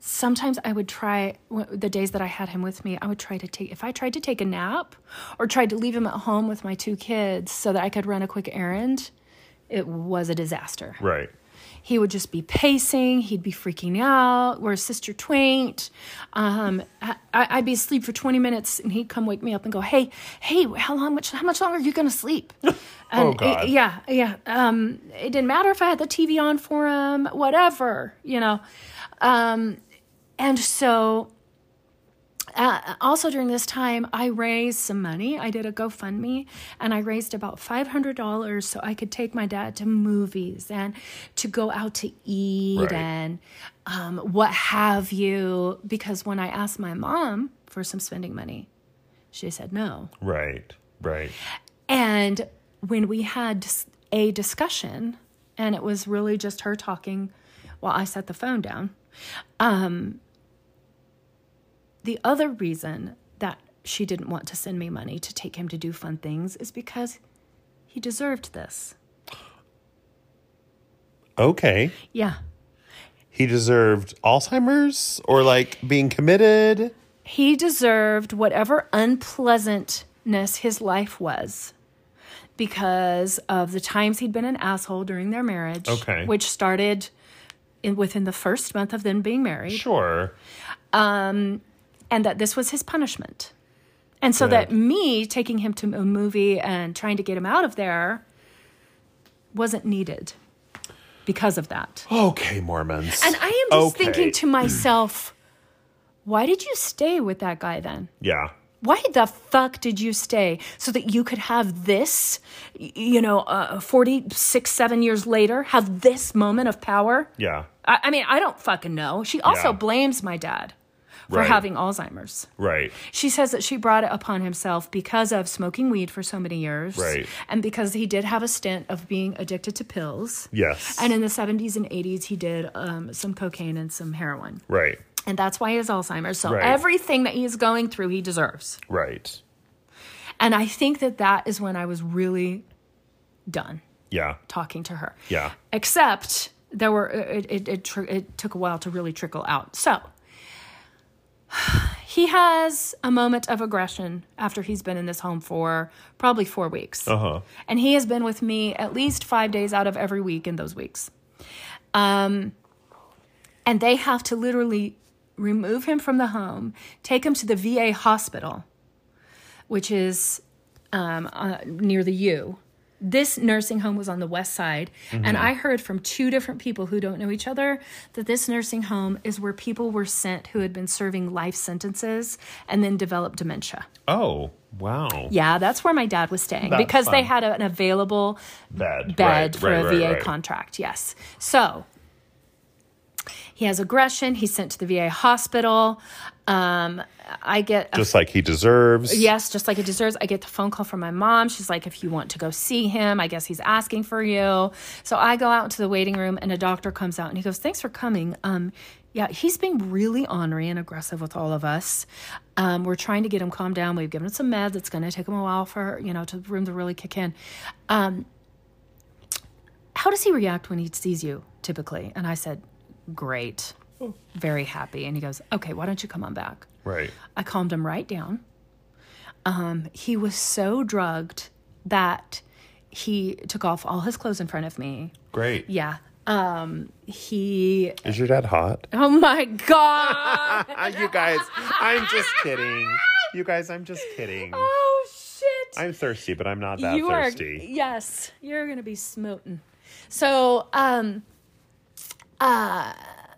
B: sometimes I would try w- the days that I had him with me, I would try to take if I tried to take a nap or tried to leave him at home with my two kids so that I could run a quick errand, it was a disaster.
A: Right.
B: He would just be pacing, he'd be freaking out. We're sister twinked. Um, I, I- I'd be asleep for 20 minutes and he'd come wake me up and go, Hey, hey, how long much how much longer are you gonna sleep? And it-
A: God.
B: yeah, yeah. Um, it didn't matter if I had the TV on for him, whatever, you know. Um, and so uh, also during this time i raised some money i did a gofundme and i raised about $500 so i could take my dad to movies and to go out to eat
A: Right.
B: and um, what have you because when i asked my mom for some spending money she said no
A: Right. Right.
B: and when we had dis- a discussion, and it was really just her talking while I set the phone down, um, the other reason that she didn't want to send me money to take him to do fun things is because he deserved this.
A: Okay.
B: Yeah.
A: He deserved Alzheimer's or like being committed.
B: He deserved whatever unpleasantness his life was because of the times he'd been an asshole during their marriage,
A: Okay.
B: which started in, within the first month of them being married,
A: Sure.
B: and that this was his punishment. And so
A: Good.
B: that me taking him to a movie and trying to get him out of there wasn't needed because of that.
A: Okay, Mormons.
B: And I am just
A: Okay.
B: thinking to myself, why did you stay with that guy then?
A: yeah.
B: why the fuck did you stay so that you could have this y- you know uh, 46 7 years later have this moment of power
A: Yeah.
B: I, I mean i don't fucking know she also
A: Yeah.
B: blames my dad for
A: Right.
B: having alzheimer's
A: Right.
B: she says that she brought it upon himself because of smoking weed for so many years
A: Right.
B: and because he did have a stint of being addicted to pills
A: Yes.
B: and in the 70s and 80s he did um, some cocaine and some heroin
A: right.
B: and that's why he has alzheimer's so
A: Right.
B: everything that he's going through he deserves
A: Right.
B: and I think that that is when I was really done
A: Yeah.
B: talking to her.
A: Yeah.
B: Except there were uh, it it it, tr- it took a while to really trickle out. So he has a moment of aggression after he's been in this home for probably 4 weeks.
A: Uh huh.
B: And he has been with me at least 5 days out of every week in those weeks. Um and they have to literally remove him from the home, take him to the VA hospital which is um, uh, near the U. This nursing home was on the west side,
A: Mm-hmm.
B: and I heard from two different people who don't know each other that this nursing home is where people were sent who had been serving life sentences and then developed dementia.
A: Oh, wow.
B: Yeah, that's where my dad was staying
A: That's
B: because they
A: fun.
B: had a- an available
A: Bad.
B: bed
A: Right,
B: for
A: right,
B: a
A: right,
B: VA
A: right.
B: contract. Yes. So he has aggression. He's sent to the VA hospital. Um, I get a
A: Just like he deserves.
B: Yes, just like it deserves. I get the phone call from my mom. She's like, if you want to go see him, I guess he's asking for you. So I go out into the waiting room and a doctor comes out and he goes, Thanks for coming. Um, yeah, he's being really ornery and aggressive with all of us. Um, we're trying to get him calmed down. We've given him some meds. It's going to take him a while for, you know, to the room to really kick in. Um, how does he react when he sees you typically? And I said, Great. Very happy. And he goes, Okay, why don't you come on back?
A: Right.
B: I calmed him right down. Um, he was so drugged that he took off all his clothes in front of me.
A: Great.
B: Yeah. Um, he,
A: Is your dad hot?
B: oh my God.
A: Uh, you guys, I'm just kidding. You guys, I'm just kidding.
B: oh shit.
A: I'm thirsty, but I'm not that
B: you Are,
A: thirsty.
B: yes, you're gonna be smoten. So, um, uh,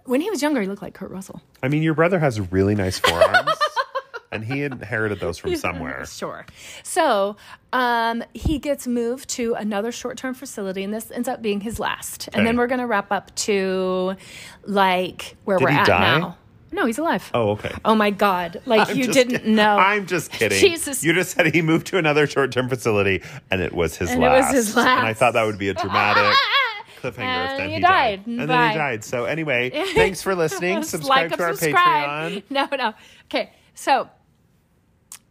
B: when he was younger, he looked like Kurt Russell.
A: I mean, your brother has really nice forearms, and he inherited those from somewhere.
B: Sure. So um, he gets moved to another short term facility, and this ends up being his last. And then
A: Okay.
B: we're going to wrap up to like where we're
A: he
B: at
A: die?
B: now. No, he's alive.
A: Oh, okay.
B: Oh my God. Like
A: I'm
B: you
A: just
B: didn't
A: kid-
B: know.
A: I'm just kidding.
B: Jesus.
A: You just said he moved to another short term facility and it was his
B: And it was
A: last.
B: his
A: And I
B: last.
A: thought that would be a dramatic cliffhanger.
B: And
A: if then
B: he
A: he
B: died.
A: died. And then
B: Bye.
A: he died. So, anyway, thanks for listening. subscribe
B: Like
A: to our
B: and subscribe.
A: Patreon.
B: No, no. Okay. So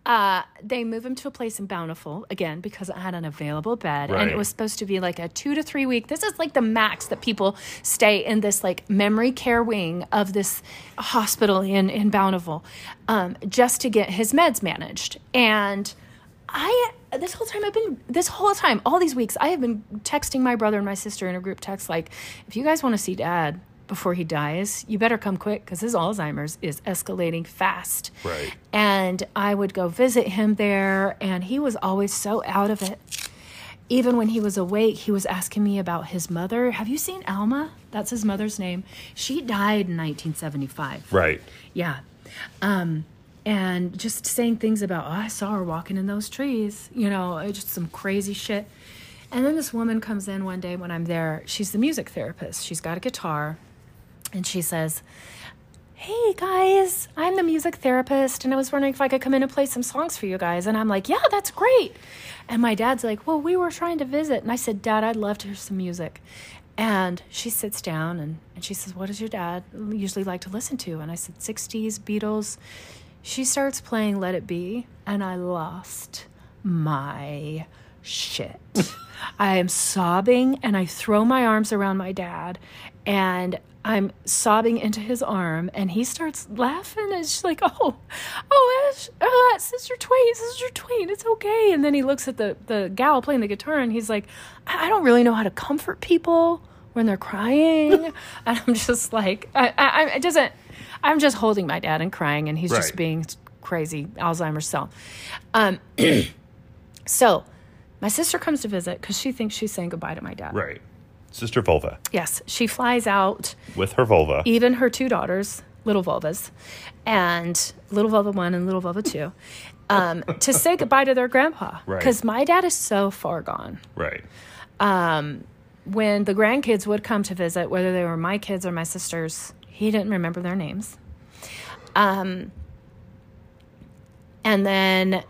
B: Uh, they move him to a place in Bountiful again because I had an available bed, and
A: Right.
B: it was supposed to be like a two to three week. This is like the max that people stay in this like memory care wing of this hospital in in Bountiful, um, just to get his meds managed. And I this whole time I've been this whole time all these weeks I have been texting my brother and my sister in a group text like, if you guys want to see Dad before he dies, you better come quick because his Alzheimer's is escalating fast.
A: Right.
B: And I would go visit him there, and he was always so out of it. Even when he was awake, he was asking me about his mother. Have you seen Alma? That's his mother's name. She died in 1975.
A: Right.
B: Yeah. Um, and just saying things about, oh, I saw her walking in those trees, you know, uh, just some crazy shit. And then this woman comes in one day when I'm there. She's the music therapist, she's got a guitar, and she says, Hey guys, I'm the music therapist, and I was wondering if I could come in and play some songs for you guys. And I'm like, Yeah, that's great. And my dad's like, Well, we were trying to visit. And I said, Dad, I'd love to hear some music. And she sits down and, and she says, What does your dad usually like to listen to? And I said, 60s, Beatles. She starts playing Let It Be, and I lost my shit. I am sobbing and I throw my arms around my dad and I'm sobbing into his arm and he starts laughing and she's like, Oh, oh, Ash, oh, Sister Twain, Sister Twain, it's okay. And then he looks at the, the gal playing the guitar and he's like, I, I don't really know how to comfort people when they're crying. and I'm just like, I, I, I- it doesn't, I'm just holding my dad and crying and he's just
A: Right.
B: being crazy Alzheimer's self. Um, so my sister comes to visit because she thinks she's saying goodbye to my dad.
A: Right. Sister Vulva
B: Yes, she flies out,
A: with her vulva.
B: even her two daughters, little vulvas, and little vulva one and little vulva two, um, to say goodbye to their grandpa.
A: Right.
B: Because my dad is so far gone.
A: Right.
B: When the grandkids would come to visit, whether they were my kids or my sisters, he didn't remember their names. Um, And then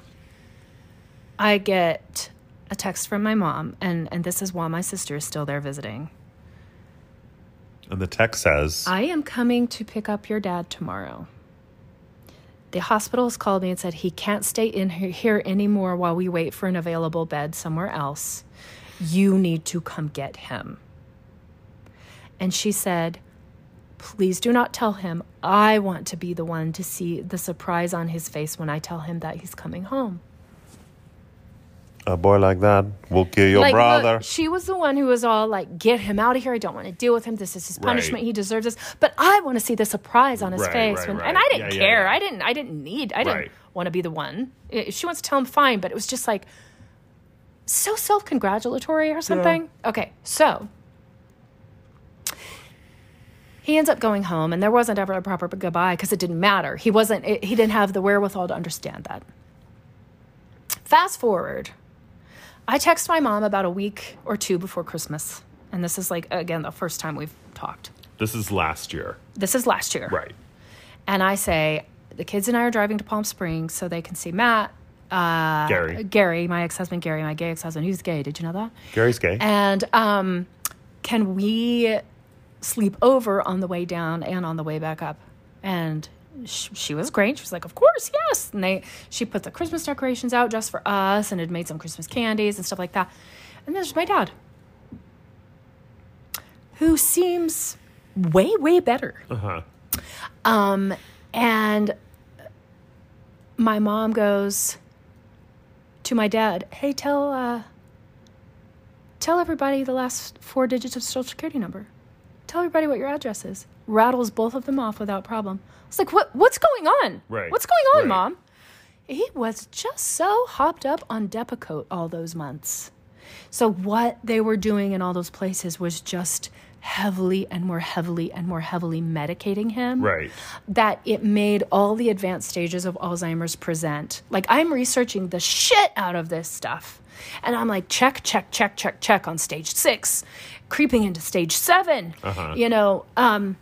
B: I get a text from my mom, and, and this is while my sister is still there visiting.
A: And the text says,
B: I am coming to pick up your dad tomorrow. The hospital has called me and said he can't stay in he- here anymore while we wait for an available bed somewhere else. You need to come get him. And she said, Please do not tell him. I want to be the one to see the surprise on his face when I tell him that he's coming home.
A: a boy like that will kill your
B: like, look,
A: brother.
B: she was the one who was all like, "Get him out of here! I don't want to deal with him. This is his punishment.
A: Right.
B: He deserves this." But I want to see the surprise on his
A: Right,
B: face,
A: right,
B: when,
A: right.
B: and I didn't
A: Yeah, yeah,
B: care.
A: yeah.
B: I didn't. I didn't need. I didn't
A: Right.
B: want to be the one. If she wants to tell him, fine. But it was just like so self-congratulatory or something. Okay, so he ends up going home, and there wasn't ever a proper goodbye because it didn't matter. He wasn't. It, he didn't have the wherewithal to understand that. Fast forward, I text my mom about a week or two before Christmas, and this is like again the first time we've talked.
A: This is last year.
B: This is last year,
A: Right.
B: and I say the kids and I are driving to Palm Springs so they can see Matt, uh,
A: Gary.
B: Gary, my ex-husband, Gary, my gay ex-husband, who's gay. Did you know that?
A: Gary's gay.
B: And um, can we sleep over on the way down and on the way back up? And sh- she was great. She was like, "Of course, yes." And they she put the Christmas decorations out just for us, and had made some Christmas candies and stuff like that. And then there's my dad, who seems way way better.
A: Uh huh.
B: Um, and my mom goes to my dad, "Hey, tell uh, tell everybody the last four digits of social security number. Tell everybody what your address is." Rattles both of them off without problem. I was like, "What? What's going on?
A: Right,
B: What's going on,
A: right.
B: mom?" He was just so hopped up on Depakote all those months. So what they were doing in all those places was just heavily and more heavily and more heavily medicating him
A: Right.
B: that it made all the advanced stages of Alzheimer's present. Like I'm researching the shit out of this stuff. And I'm like, check, check, check, check, check on stage six, creeping into stage 7 You know, um,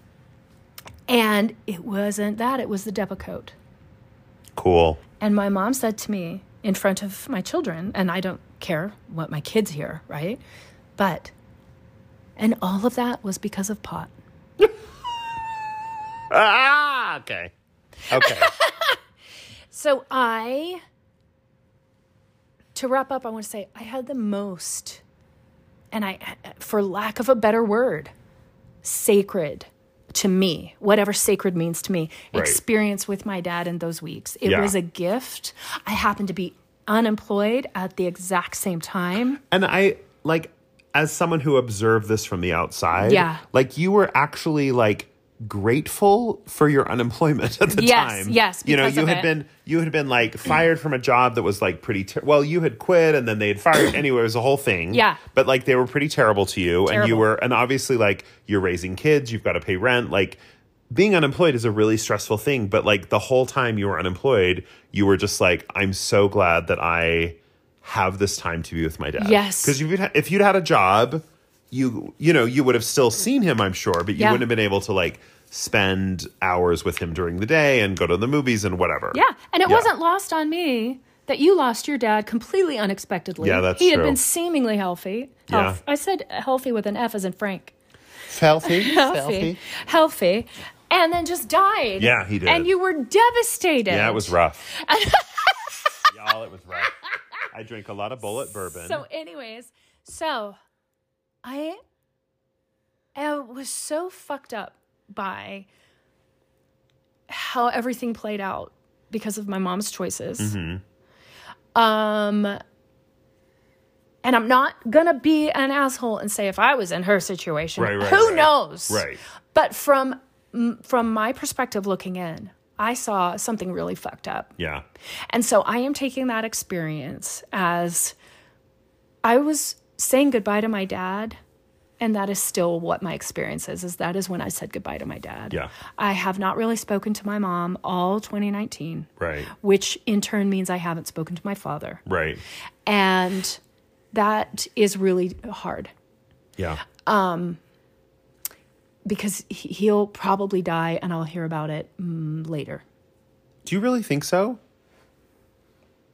B: and it wasn't that, it was the Depakote.
A: Cool.
B: And my mom said to me in front of my children, and I don't care what my kids hear, right? But, and all of that was because of pot.
A: Ah, okay. Okay.
B: So I to wrap up, I want to say I had the most, and I, for lack of a better word, sacred to me, whatever sacred means to me,
A: Right.
B: experience with my dad in those weeks. It
A: Yeah.
B: was a gift. I happened to be unemployed at the exact same time.
A: And I like as someone who observed this from the outside,
B: Yeah.
A: like you were actually like grateful for your unemployment at the
B: Yes,
A: time.
B: yes,
A: You know,
B: because
A: you
B: of
A: had
B: it.
A: been you had been like fired from a job that was like pretty ter- well, you had quit and then they had fired anyway, it was a whole thing.
B: Yeah.
A: But like they were pretty terrible to you and you
B: Terrible.
A: were and obviously like you're raising kids, you've got to pay rent, like being unemployed is a really stressful thing, but like the whole time you were unemployed, you were just like I'm so glad that I have this time to be with my dad.
B: Yes.
A: Because if you'd, ha- if you'd had a job, you you know you would have still seen him, I'm sure, but you
B: Yeah.
A: wouldn't have been able to like spend hours with him during the day and go to the movies and whatever.
B: Yeah. And it
A: Yeah.
B: wasn't lost on me that you lost your dad completely unexpectedly.
A: Yeah, that's
B: He had
A: true.
B: been seemingly healthy.
A: Yeah.
B: Health- I said healthy with an F as in Frank.
A: healthy,
B: Healthy. Healthy. And then just died.
A: Yeah, he did.
B: And you were devastated.
A: Yeah, it was rough. Y'all, it was rough. I drank a lot of bullet bourbon.
B: So, anyways, so I, I was so fucked up by how everything played out because of my mom's choices.
A: Mm-hmm.
B: Um, and I'm not gonna be an asshole and say if I was in her situation,
A: Right, right,
B: who
A: right.
B: knows?
A: Right.
B: But from m- from my perspective looking in, I saw something really fucked up.
A: yeah,
B: And so I am taking that experience as I was saying goodbye to my dad. And that is still what my experience is, is that is when I said goodbye to my dad.
A: Yeah.
B: I have not really spoken to my mom all 2019,
A: right,
B: which in turn means I haven't spoken to my father.
A: right,
B: And that is really hard
A: yeah,
B: because he- he'll probably die and I'll hear about it mm, later.
A: Do you really think so?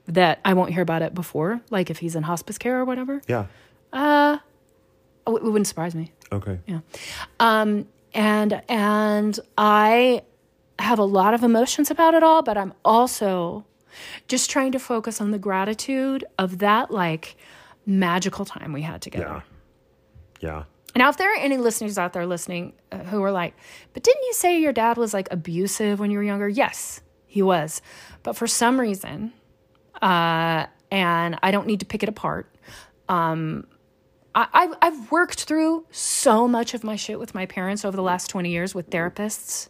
B: That I won't hear about it before, like if he's in hospice care or whatever.
A: Yeah.
B: Oh, it wouldn't surprise me.
A: Okay.
B: Yeah. Um, and and I have a lot of emotions about it all, but I'm also just trying to focus on the gratitude of that like magical time we had together.
A: Yeah. Yeah.
B: Now, if there are any listeners out there listening uh, who are like, but didn't you say your dad was like abusive when you were younger? Yes, he was. But for some reason, uh, and I don't need to pick it apart, um, I, I've, I've worked through so much of my shit with my parents over the last 20 years with therapists.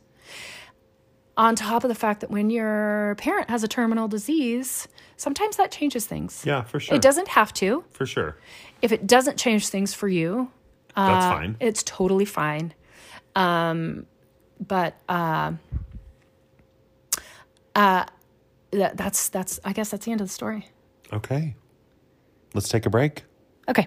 B: On top of the fact that when your parent has a terminal disease, sometimes that changes things.
A: Yeah, for sure.
B: It doesn't have to.
A: For sure.
B: If it doesn't change things for you, Uh,
A: That's fine.
B: it's totally fine. Um, but uh, uh, that, that's that's I guess that's the end of the story.
A: Okay. Let's take a break.
B: Okay.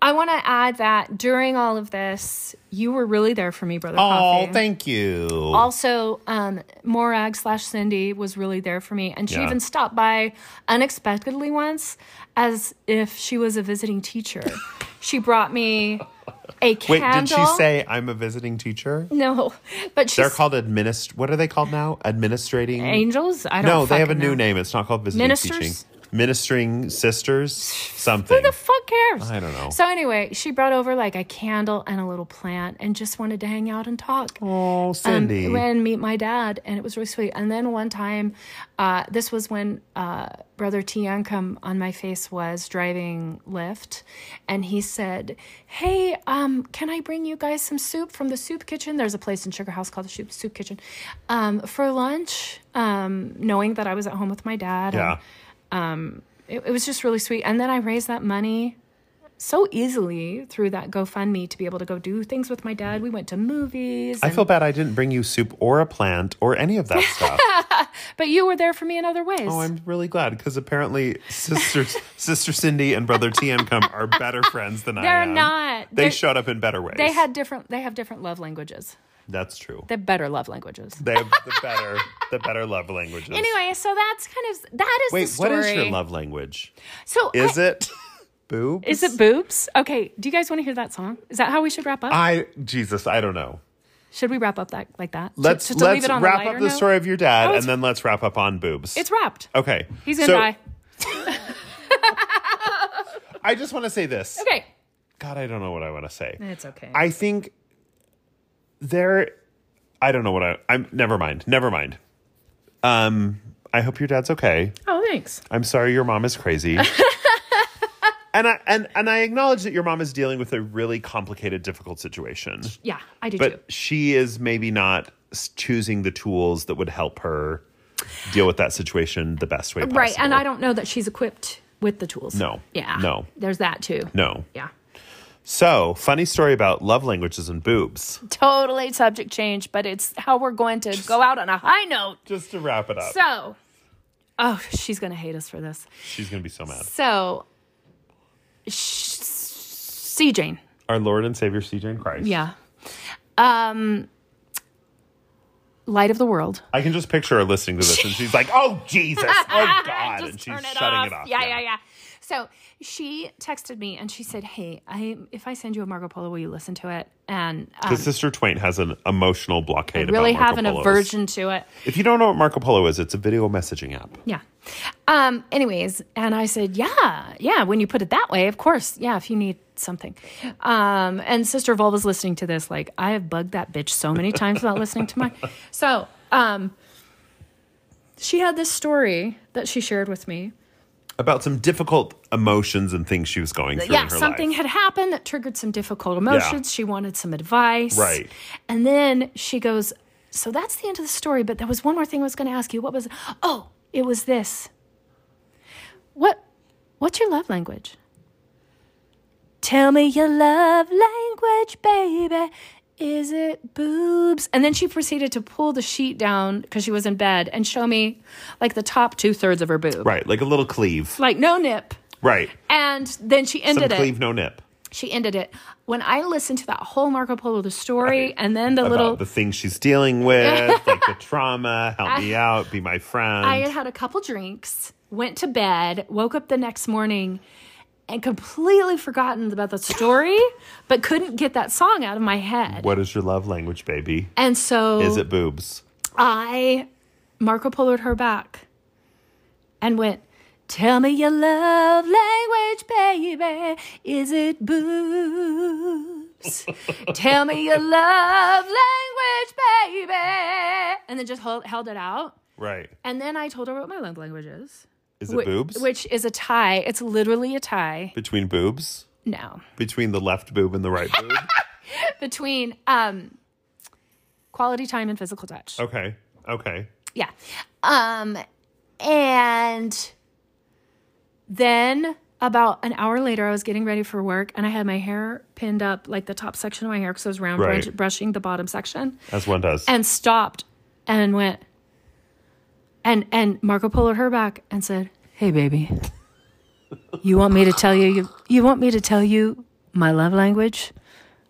B: I want to add that during all of this, you were really there for me, brother.
A: Oh,
B: Coffee.
A: thank you.
B: also, um, Morag slash Cindy was really there for me, and she
A: Yeah.
B: even stopped by unexpectedly once, as if she was a visiting teacher. she brought me a
A: Wait,
B: candle.
A: did she say I'm a visiting teacher?
B: No, but
A: They're
B: she's
A: called administ. What are they called now? Administrating.
B: angels. I don't.
A: Mm. no, they have a
B: fucking
A: new
B: know.
A: name. It's not called visiting
B: Ministers?
A: teaching. Ministering sisters. Something.
B: Who the fuck cares?
A: I don't know.
B: So anyway, she brought over like a candle and a little plant, and just wanted to hang out and talk.
A: oh,
B: um,
A: Cindy.
B: and meet my dad, and it was really sweet. And then one time, uh, this was when uh, Brother Tiancum on my face was driving Lyft, and he said, "Hey, um, can I bring you guys some soup from the soup kitchen? There's a place in Sugar House called the Soup Soup Kitchen um, for lunch." Um, knowing that I was at home with my dad,
A: yeah.
B: and it, it was just really sweet. And then I raised that money so easily through that GoFundMe to be able to go do things with my dad. We went to movies.
A: I
B: and-
A: feel bad I didn't bring you soup or a plant or any of that stuff.
B: but you were there for me in other ways.
A: Oh, I'm really glad because apparently sisters, sister Cindy and brother TM come are better friends than
B: They're
A: I am.
B: not.
A: They
B: They're-
A: showed up in better ways.
B: they had different. They have different love languages.
A: That's true.
B: They're better love languages.
A: They have the better, the better love languages.
B: Anyway, so that's kind of that is
A: Wait,
B: the story.
A: what is your love language?
B: So
A: Is
B: I-
A: it boobs?
B: is it boobs? Okay. Do you guys want to hear that song? Is that how we should wrap up?
A: I Jesus, I don't know.
B: should we wrap up that like that?
A: Let's
B: To- to leave
A: let's
B: it on a
A: wrap
B: lighter
A: up the
B: note? Oh,
A: story of your dad,
B: it's-
A: and then let's wrap up on boobs.
B: It's wrapped.
A: okay.
B: He's gonna
A: So,
B: die.
A: I just want to say this.
B: Okay.
A: God, I don't know what I want to say.
B: It's okay.
A: I think there. I don't know what I. I'm. Never mind. Never mind. Um. I hope your dad's okay.
B: oh, thanks.
A: I'm sorry your mom is crazy. and I and and I acknowledge that your mom is dealing with a really complicated, difficult situation.
B: Yeah, I do too.
A: But she is maybe not s- choosing the tools that would help her deal with that situation the best way possible.
B: Right, and I don't know that she's equipped with the tools.
A: No.
B: Yeah.
A: No.
B: There's that too.
A: No.
B: Yeah.
A: So, funny story about love languages and boobs.
B: Totally subject change, but it's how we're going to go out on a high note.
A: Just to wrap it up,
B: So, oh, she's going to hate us for this.
A: she's gonna be so mad.
B: So, sh- see Jane.
A: Our Lord and Savior, C. Jane Christ.
B: Yeah. Um, light of the world.
A: I can just picture her listening to this, and she's like, "Oh Jesus, oh God," and she's shutting it off.
B: Yeah, yeah, yeah, So she texted me and she said, "Hey, I if I send you a Marco Polo, will you listen to it?" And um,
A: Because Sister Twain has an emotional blockade.
B: really
A: about Marco
B: have an
A: Polos.
B: aversion to it.
A: If you don't know what Marco Polo is, it's a video messaging app.
B: Yeah. Um, anyways, and I said, yeah, yeah, when you put it that way, of course. Yeah, if you need something. Um, and Sister Volva's listening to this. Like, I have bugged that bitch so many times about listening to mine. So, um, she had this story that she shared with me.
A: about some difficult emotions and things she was going through
B: yeah,
A: in her
B: something
A: life.
B: had happened that triggered some difficult emotions. She wanted some advice.
A: Right.
B: And then she goes, So that's the end of the story, but there was one more thing I was going to ask you. What was Oh, it was this. What what's your love language? Tell me your love language, baby. Is it boobs? And then she proceeded to pull the sheet down because she was in bed and show me like the top two thirds of her boob.
A: Right, like a little cleave.
B: Like no nip.
A: Right.
B: And then she
A: Some
B: ended it
A: cleave, no nip.
B: she ended it. When I listened to that whole Marco Polo the story
A: Right.
B: and then the
A: About
B: little
A: the things she's dealing with, like the trauma, help me out, be my friend.
B: I had had a couple drinks, went to bed, woke up the next morning and completely forgotten about the story, but couldn't get that song out of my head.
A: what is your love language, baby?
B: And so
A: Is it boobs?
B: I Marco Poloed her back and went, Tell me your love language, baby. Is it boobs? Tell me your love language, baby. And then just hold, held it out.
A: Right.
B: And then I told her what my love language is.
A: Is it
B: whi-
A: boobs?
B: Which is a tie. It's literally a tie.
A: Between boobs?
B: No.
A: Between the left boob and the right boob?
B: Between um, quality time and physical touch.
A: Okay. Okay.
B: Yeah. Um and then about an hour later I was getting ready for work and I had my hair pinned up like the top section of my hair cuz I was round
A: Right.
B: brush- brushing the bottom section
A: As one does.
B: and stopped and went and and Marco poloed her back and said, "Hey baby. You want me to tell you, you you want me to tell you my love language?"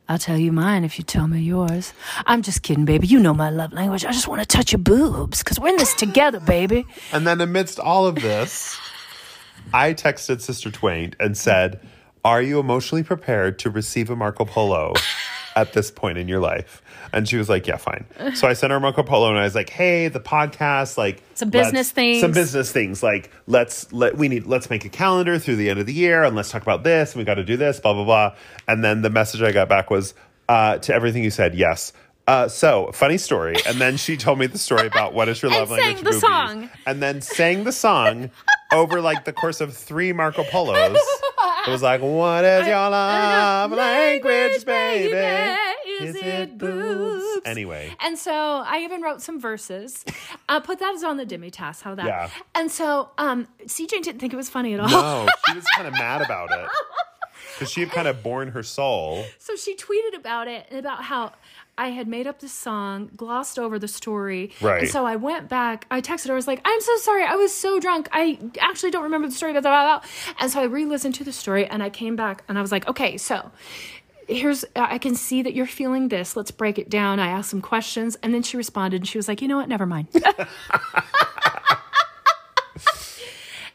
B: I'll tell you mine if you tell me yours. I'm just kidding, baby. You know my love language. I just want to touch your boobs because we're in this together, baby.
A: And then amidst all of this, I texted Sister Twain and said, Are you emotionally prepared to receive a Marco Polo at this point in your life? And she was like, Yeah, fine. So I sent her a Marco Polo and I was like, Hey, the podcast, like
B: Some business
A: let's-
B: things.
A: Some business things. Like, let's let we need let's make a calendar through the end of the year and let's talk about this and we gotta do this, blah, blah, blah. And then the message I got back was, uh, to everything you said, yes. Uh, so funny story. And then she told me the story about what is your
B: And
A: love
B: sang
A: language
B: the
A: boobies
B: song.
A: and then sang the song over like the course of three Marco Polos. It was like, what is your love language, baby?
B: uh, Is it boobs?
A: Anyway,
B: And so I even wrote some verses. I put that as on the Demi task. How that?
A: Yeah.
B: And so um, CJ didn't think it was funny at all.
A: no, she was kind of mad about it. because she had kind of borne her soul.
B: So she tweeted about it and about how I had made up this song, glossed over the story.
A: Right.
B: And so I went back, I texted her, I was like, I'm so sorry, I was so drunk. I actually don't remember the story, blah, blah, blah. And so I re listened to the story and I came back and I was like, okay, so here's, I can see that you're feeling this. Let's break it down. I asked some questions. And then she responded and she was like, you know what, never mind.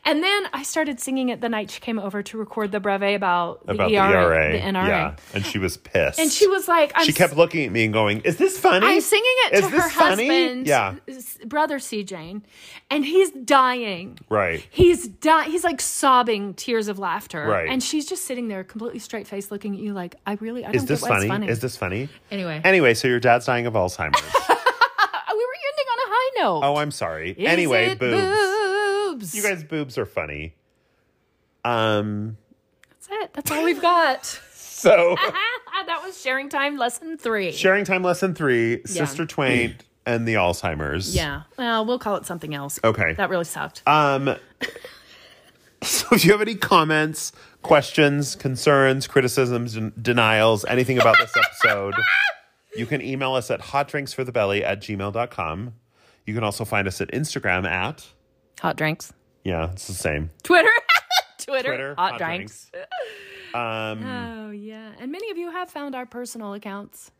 B: And then I started singing it the night she came over to record the brevet about the
A: About
B: ERA,
A: the ERA.
B: the NRA.
A: Yeah. And she was pissed.
B: And she was like, I'm
A: she kept looking at me and going, Is this funny?
B: I'm singing it
A: Is
B: to
A: this
B: her
A: funny?
B: husband's
A: Yeah.
B: s- brother, C. Jane, and he's dying.
A: Right.
B: He's dying. He's like sobbing tears of laughter.
A: Right.
B: And she's just sitting there, completely straight faced, looking at you like, I really, I
A: Is
B: don't
A: this
B: get what's
A: funny?
B: funny.
A: Is this funny?
B: Anyway.
A: Anyway, so your dad's dying of Alzheimer's.
B: Oh, we were ending on a high note.
A: oh, I'm sorry.
B: Is
A: anyway,
B: it
A: boobs.
B: boobs?
A: You guys, boobs are funny. Um.
B: That's it. That's all we've got.
A: So
B: that was sharing time lesson three.
A: sharing time lesson three: Sister Twain and the Alzheimer's.
B: Yeah. Well, we'll call it something else.
A: Okay.
B: That really sucked.
A: Um, so if you have any comments, questions, concerns, criticisms, den- denials, anything about this episode, you can email us at hotdrinksforthebelly at gmail.com. You can also find us at Instagram at,
B: hot drinks.
A: yeah, it's the same.
B: Twitter. Twitter.
A: Twitter,
B: hot,
A: hot
B: drinks.
A: drinks. Um,
B: Oh yeah, and many of you have found our personal accounts.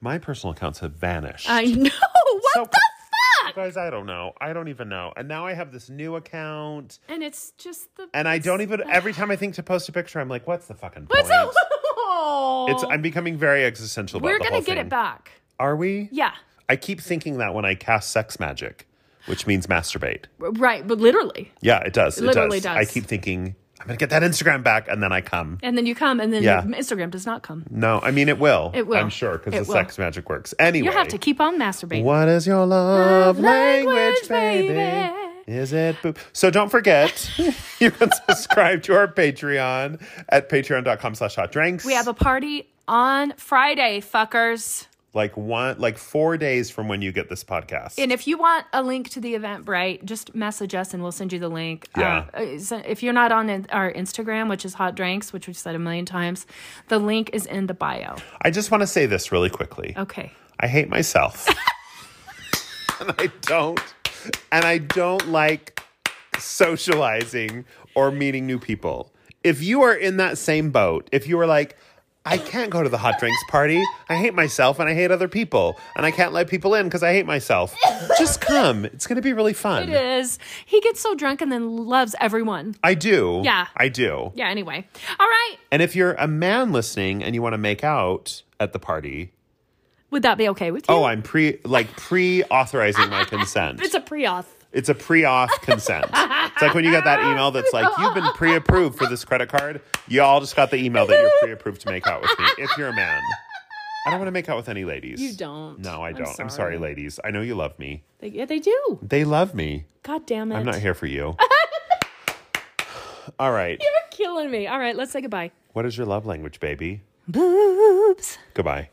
A: my personal accounts have vanished.
B: I know. What
A: So-
B: the fuck?
A: Guys, I don't know. I don't even know. And now I have this new account.
B: And it's just the.
A: And I don't even, every time I think to post a picture, I'm like, what's the fucking point?
B: What's up? Oh.
A: It's, I'm becoming very existential about
B: We're
A: the
B: gonna
A: whole
B: get
A: thing.
B: it back.
A: Are we?
B: Yeah.
A: I keep thinking that when I cast sex magic, which means masturbate.
B: R- Right, but literally,
A: Yeah, it does. It,
B: literally
A: does.
B: does.
A: I keep thinking I'm gonna get that Instagram back, and then I come.
B: and then you come, and then
A: Yeah.
B: your Instagram does not come.
A: No, I mean it will.
B: It will.
A: I'm sure because
B: It
A: the
B: will.
A: sex magic works. Anyway,
B: You have to keep on masturbating.
A: What is your love,
B: Love
A: language,
B: language,
A: baby?
B: baby.
A: Is it boop? So don't forget, you can subscribe to our Patreon at patreon.com slash hot drinks.
B: We have a party on Friday, fuckers.
A: like one like four days from when you get this podcast.
B: And if you want a link to the event, right, just message us and we'll send you the link.
A: Yeah.
B: Uh, uh, so if you're not on in- our Instagram, which is Hot Drinks, which we've said a million times, the link is in the bio.
A: I just want to say this really quickly.
B: Okay.
A: I hate myself. and I don't and I don't like socializing or meeting new people. If you are in that same boat, if you are like I can't go to the hot drinks party. I hate myself and I hate other people and I can't let people in cuz I hate myself. Just come. It's going to be really fun.
B: It is. He gets so drunk and then loves everyone.
A: I do.
B: Yeah.
A: I do.
B: Yeah, anyway. All right.
A: And if you're a man listening and you want to make out at the party,
B: Would that be okay with you?
A: oh, I'm pre like pre-authorizing my consent.
B: it's a pre auth.
A: It's a pre-auth consent. it's like when you get that email that's like, you've been pre-approved for this credit card. You all just got the email that you're pre-approved to make out with me. If you're a man, I don't want to make out with any ladies.
B: You don't.
A: No, I
B: I'm
A: don't. I'm sorry,
B: sorry.
A: ladies. I know you love me.
B: They, yeah, they do.
A: They love me.
B: God damn it.
A: I'm not here for you. all right.
B: You're killing me. All right, let's say goodbye.
A: What is your love language, baby?
B: Boobs.
A: Goodbye.